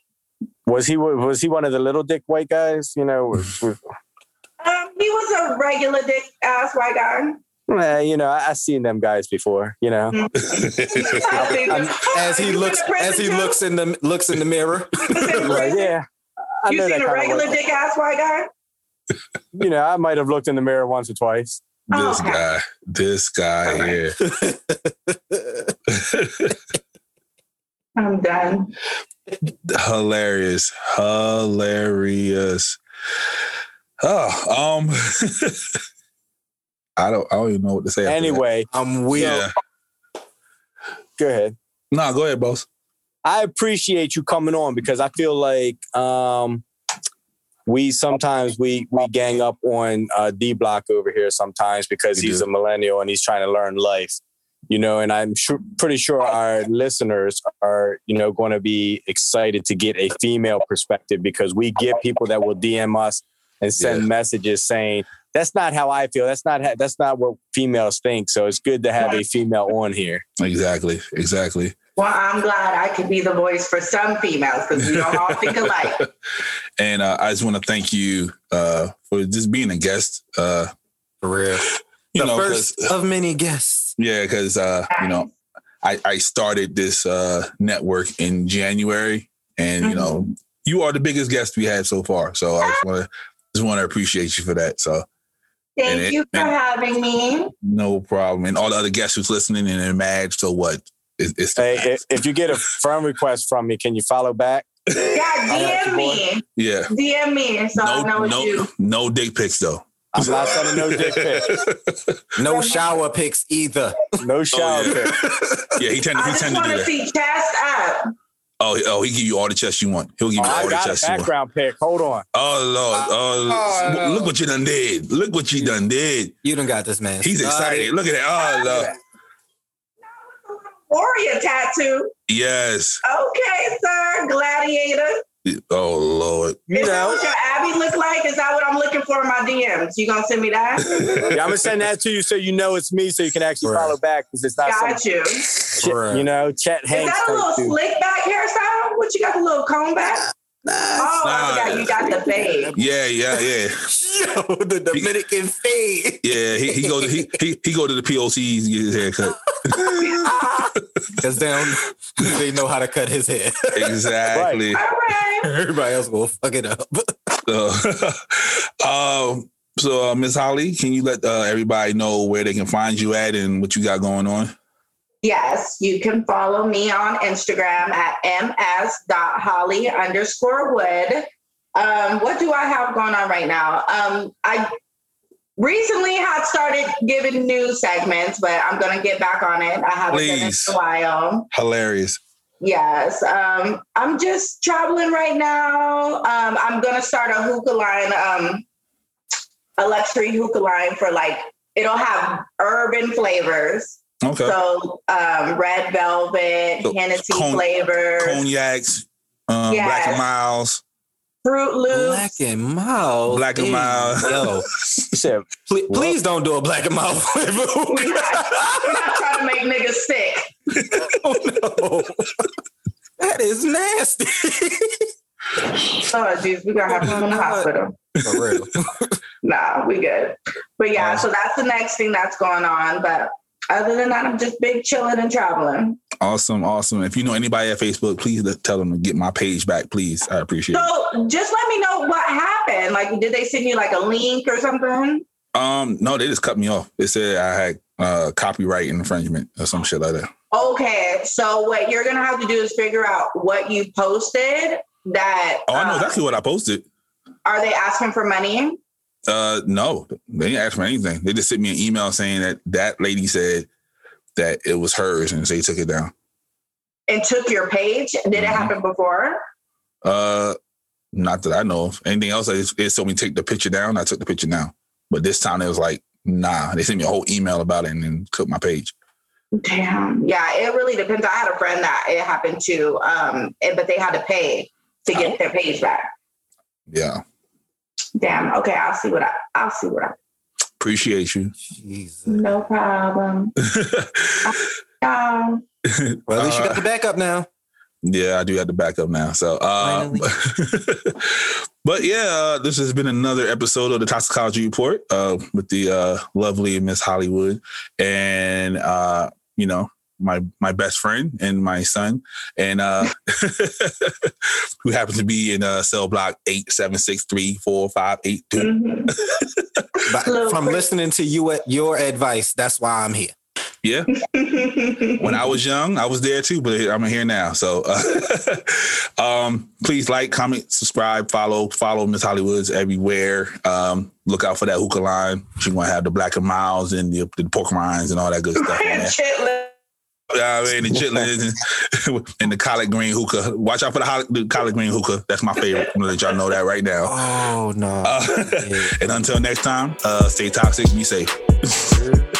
Speaker 3: Was he was he one of the little dick white guys?
Speaker 1: <laughs>
Speaker 3: You know, with- with-
Speaker 4: Um, he was a regular dick ass white guy.
Speaker 3: eh, you know, I, I seen them guys before. You know,
Speaker 4: I think- <laughs>
Speaker 2: I'm- As he
Speaker 4: You
Speaker 2: looks,
Speaker 4: been to prison
Speaker 2: as he
Speaker 4: too? <laughs>
Speaker 2: looks in the looks in the mirror.
Speaker 3: like yeah, I
Speaker 4: you
Speaker 3: know that
Speaker 4: seen a
Speaker 3: kind of
Speaker 4: regular
Speaker 3: white.
Speaker 4: dick ass white guy?
Speaker 3: You know, I might have looked in the mirror once or twice.
Speaker 4: Oh,
Speaker 1: This
Speaker 4: okay.
Speaker 1: guy, this guy
Speaker 4: All right.
Speaker 1: here.
Speaker 4: I'm done.
Speaker 1: hilarious hilarious oh um <laughs> i don't i don't even know what to say after
Speaker 3: Anyway,
Speaker 2: I'm
Speaker 1: that.
Speaker 2: weird.
Speaker 1: yeah
Speaker 3: go ahead.
Speaker 1: no go ahead boss
Speaker 3: I appreciate you coming on because I feel like um, we sometimes we we gang up on uh, D Block over here sometimes because
Speaker 1: We
Speaker 3: he's
Speaker 1: do.
Speaker 3: a millennial and he's trying to learn life, you know. And I'm sure, pretty sure our listeners are you know going to be excited to get a female perspective because we get people that will DM us and send
Speaker 1: Yeah.
Speaker 3: messages saying that's not how I feel. That's not how, that's not what females think. So it's good to have a female on here.
Speaker 1: exactly exactly
Speaker 4: Well, I'm glad I could be the voice for some females because we don't all think alike. <laughs>
Speaker 1: and uh, i just want to thank you uh for just being a guest uh
Speaker 2: For real.
Speaker 1: you
Speaker 2: the
Speaker 1: know uh, 'cause-
Speaker 2: first of many guests.
Speaker 1: yeah because uh you know i i started this uh network in january and
Speaker 4: Mm-hmm.
Speaker 1: you know you are the biggest guest we had so far so i just want to just want to appreciate you for that so
Speaker 4: Thank
Speaker 1: And it-
Speaker 4: you for
Speaker 1: and-
Speaker 4: having me.
Speaker 1: No problem. And all the other guests who's listening and they're mad, so what? It's, it's the
Speaker 3: Hey,
Speaker 1: fact.
Speaker 3: if, if you get a friend request from me, can you follow back?
Speaker 4: Yeah,
Speaker 3: I'm
Speaker 4: DM me.
Speaker 1: yeah.
Speaker 4: DM me so I know
Speaker 1: No,
Speaker 4: it's
Speaker 1: no,
Speaker 4: you.
Speaker 1: no dick pics though.
Speaker 3: I'm
Speaker 1: <laughs>
Speaker 3: not sending no dick pics,
Speaker 2: No shower pics either.
Speaker 3: no shower
Speaker 1: yeah.
Speaker 3: pics.
Speaker 1: Yeah, he tend,
Speaker 4: I
Speaker 1: he
Speaker 4: just
Speaker 1: tend to
Speaker 4: want
Speaker 1: do
Speaker 4: to
Speaker 1: that.
Speaker 4: see chest up.
Speaker 1: Oh, he- oh, he give you all the chest you want. He'll give you
Speaker 3: Oh,
Speaker 1: all
Speaker 3: I
Speaker 1: the
Speaker 3: got a
Speaker 1: chest you want.
Speaker 3: background pic. Hold on.
Speaker 1: Oh lord, oh,
Speaker 2: Oh,
Speaker 1: look
Speaker 2: no.
Speaker 1: what you done did. Look what you done did.
Speaker 2: You done got this man.
Speaker 1: He's excited. Look at
Speaker 4: Ah,
Speaker 1: that. Oh lord.
Speaker 4: Warrior tattoo.
Speaker 1: Yes.
Speaker 4: Okay, sir. Gladiator.
Speaker 1: Oh lord.
Speaker 3: You
Speaker 4: Is that <laughs>
Speaker 3: know,
Speaker 4: what your Abby look like? Is that what I'm looking for in my DMs? You gonna send me that?
Speaker 3: yeah, I'm gonna send that to you so you know it's me, so you can actually
Speaker 2: Bruh.
Speaker 3: follow back because it's not some
Speaker 4: Got you.
Speaker 3: shit,
Speaker 2: Bruh.
Speaker 3: you know, Chet
Speaker 4: Is
Speaker 3: Hanks.
Speaker 4: that a
Speaker 3: type
Speaker 4: little
Speaker 3: dude.
Speaker 4: slick back hairstyle? What you got the little comb back? Oh, I
Speaker 1: Nah.
Speaker 4: forgot you got the fade.
Speaker 1: <laughs> <laughs> Yeah, yeah, yeah.
Speaker 2: <laughs> Yo, the Dominican fade. <laughs>
Speaker 1: Yeah. He, he go to he, he he go to the POCs and get his hair cut.
Speaker 2: Because they, don't- they know how to cut his hair. <laughs>
Speaker 1: Exactly.
Speaker 4: All right.
Speaker 2: Everybody else will fuck it up.
Speaker 1: So, <laughs> um, so uh, Miss Holly, can you let uh, everybody know where they can find you at and what you got going on?
Speaker 4: Yes, you can follow me on Instagram at ms.holly underscore wood. Um, what do I have going on right now? Um, I recently had started giving news segments, but I'm going to get back on it. I haven't done it
Speaker 1: Please.
Speaker 4: in a while.
Speaker 1: Hilarious.
Speaker 4: Yes. Um, I'm just traveling right now. Um, I'm gonna start a hookah line um a luxury hookah line for like it'll have urban flavors.
Speaker 1: Okay.
Speaker 4: So um, red velvet,
Speaker 1: So,
Speaker 4: Hennessy
Speaker 1: con-
Speaker 4: flavor,
Speaker 1: Cognacs, um, Black and
Speaker 4: Yes.
Speaker 1: Miles.
Speaker 4: Fruit Loops.
Speaker 2: Black and mild.
Speaker 1: Black and
Speaker 2: Ew.
Speaker 1: mild.
Speaker 2: <laughs> Yo,
Speaker 3: You said,
Speaker 2: please, please don't do a black and mild flavor.
Speaker 4: <laughs> <laughs> We're not, we're not trying to make niggas sick.
Speaker 2: no. <laughs> That is nasty. <laughs>
Speaker 4: Oh jeez, we gonna have to go to the hospital.
Speaker 2: For real.
Speaker 4: Nah, we good. But yeah,
Speaker 1: Wow.
Speaker 4: so that's the next thing that's going on. But other than that, I'm just big chilling and traveling.
Speaker 1: Awesome, awesome. If you know anybody at Facebook, please let- tell them to get my page back, please. I appreciate it.
Speaker 4: So just let me know what happened. Like, did they send you like a link or something?
Speaker 1: Um, no, they just cut me off. They said I had uh copyright infringement or some shit like that.
Speaker 4: Okay, so what you're gonna have to do is figure out what you posted. That
Speaker 1: Oh, I know
Speaker 4: uh,
Speaker 1: exactly what I posted.
Speaker 4: are they asking for money?
Speaker 1: Uh, no, they didn't ask for anything. They just sent me an email saying that that lady said that it was hers, and they took it down.
Speaker 4: And took your page? Did it
Speaker 1: Mhm.
Speaker 4: happen before?
Speaker 1: Uh, not that I know of. Anything else? They they told me to take the picture down. I took the picture down, but this time it was like, nah. They sent me a whole email about it and then took my page.
Speaker 4: Damn. Yeah, it really depends. I had a friend that it happened to, um, and- but they had to pay to
Speaker 1: Oh.
Speaker 4: get their page back.
Speaker 1: Yeah,
Speaker 4: Damn. Okay, I'll see what I. I'll see what I.
Speaker 1: appreciate you. <laughs>
Speaker 2: Jesus.
Speaker 4: No problem. Um,
Speaker 2: Well, at least you
Speaker 1: Uh,
Speaker 2: got the backup now.
Speaker 1: Yeah, I do have to back up now. So, uh, <laughs> but yeah, uh, this has been another episode of the Toxicology Report uh, with the uh, lovely Miss Hollywood and uh, you know my my best friend and my son, and uh, <laughs> who happens to be in uh, cell block eight seven six three four five eight two.
Speaker 4: <laughs> mhm.
Speaker 2: But
Speaker 4: Little
Speaker 2: from
Speaker 4: quick.
Speaker 2: listening to you at your advice, that's why I'm here.
Speaker 1: Yeah, when I <laughs> was young, I was there too, but I'm here now. So, uh, <laughs> um, please like, comment, subscribe, follow, follow Miss Hollywood's everywhere. Um, look out for that hookah line. She's gonna have the black and miles and the, the pork rinds and all that good stuff. Man.
Speaker 4: Chitlin.
Speaker 1: You know what I mean, the chitlins and, <laughs> and the collard green hookah. Watch out for the, hol- the collard green hookah. That's my favorite. I'm gonna let y'all know that right now.
Speaker 2: Oh no.
Speaker 1: <laughs> Uh, and until next time, uh, stay toxic, be safe.
Speaker 2: Yeah.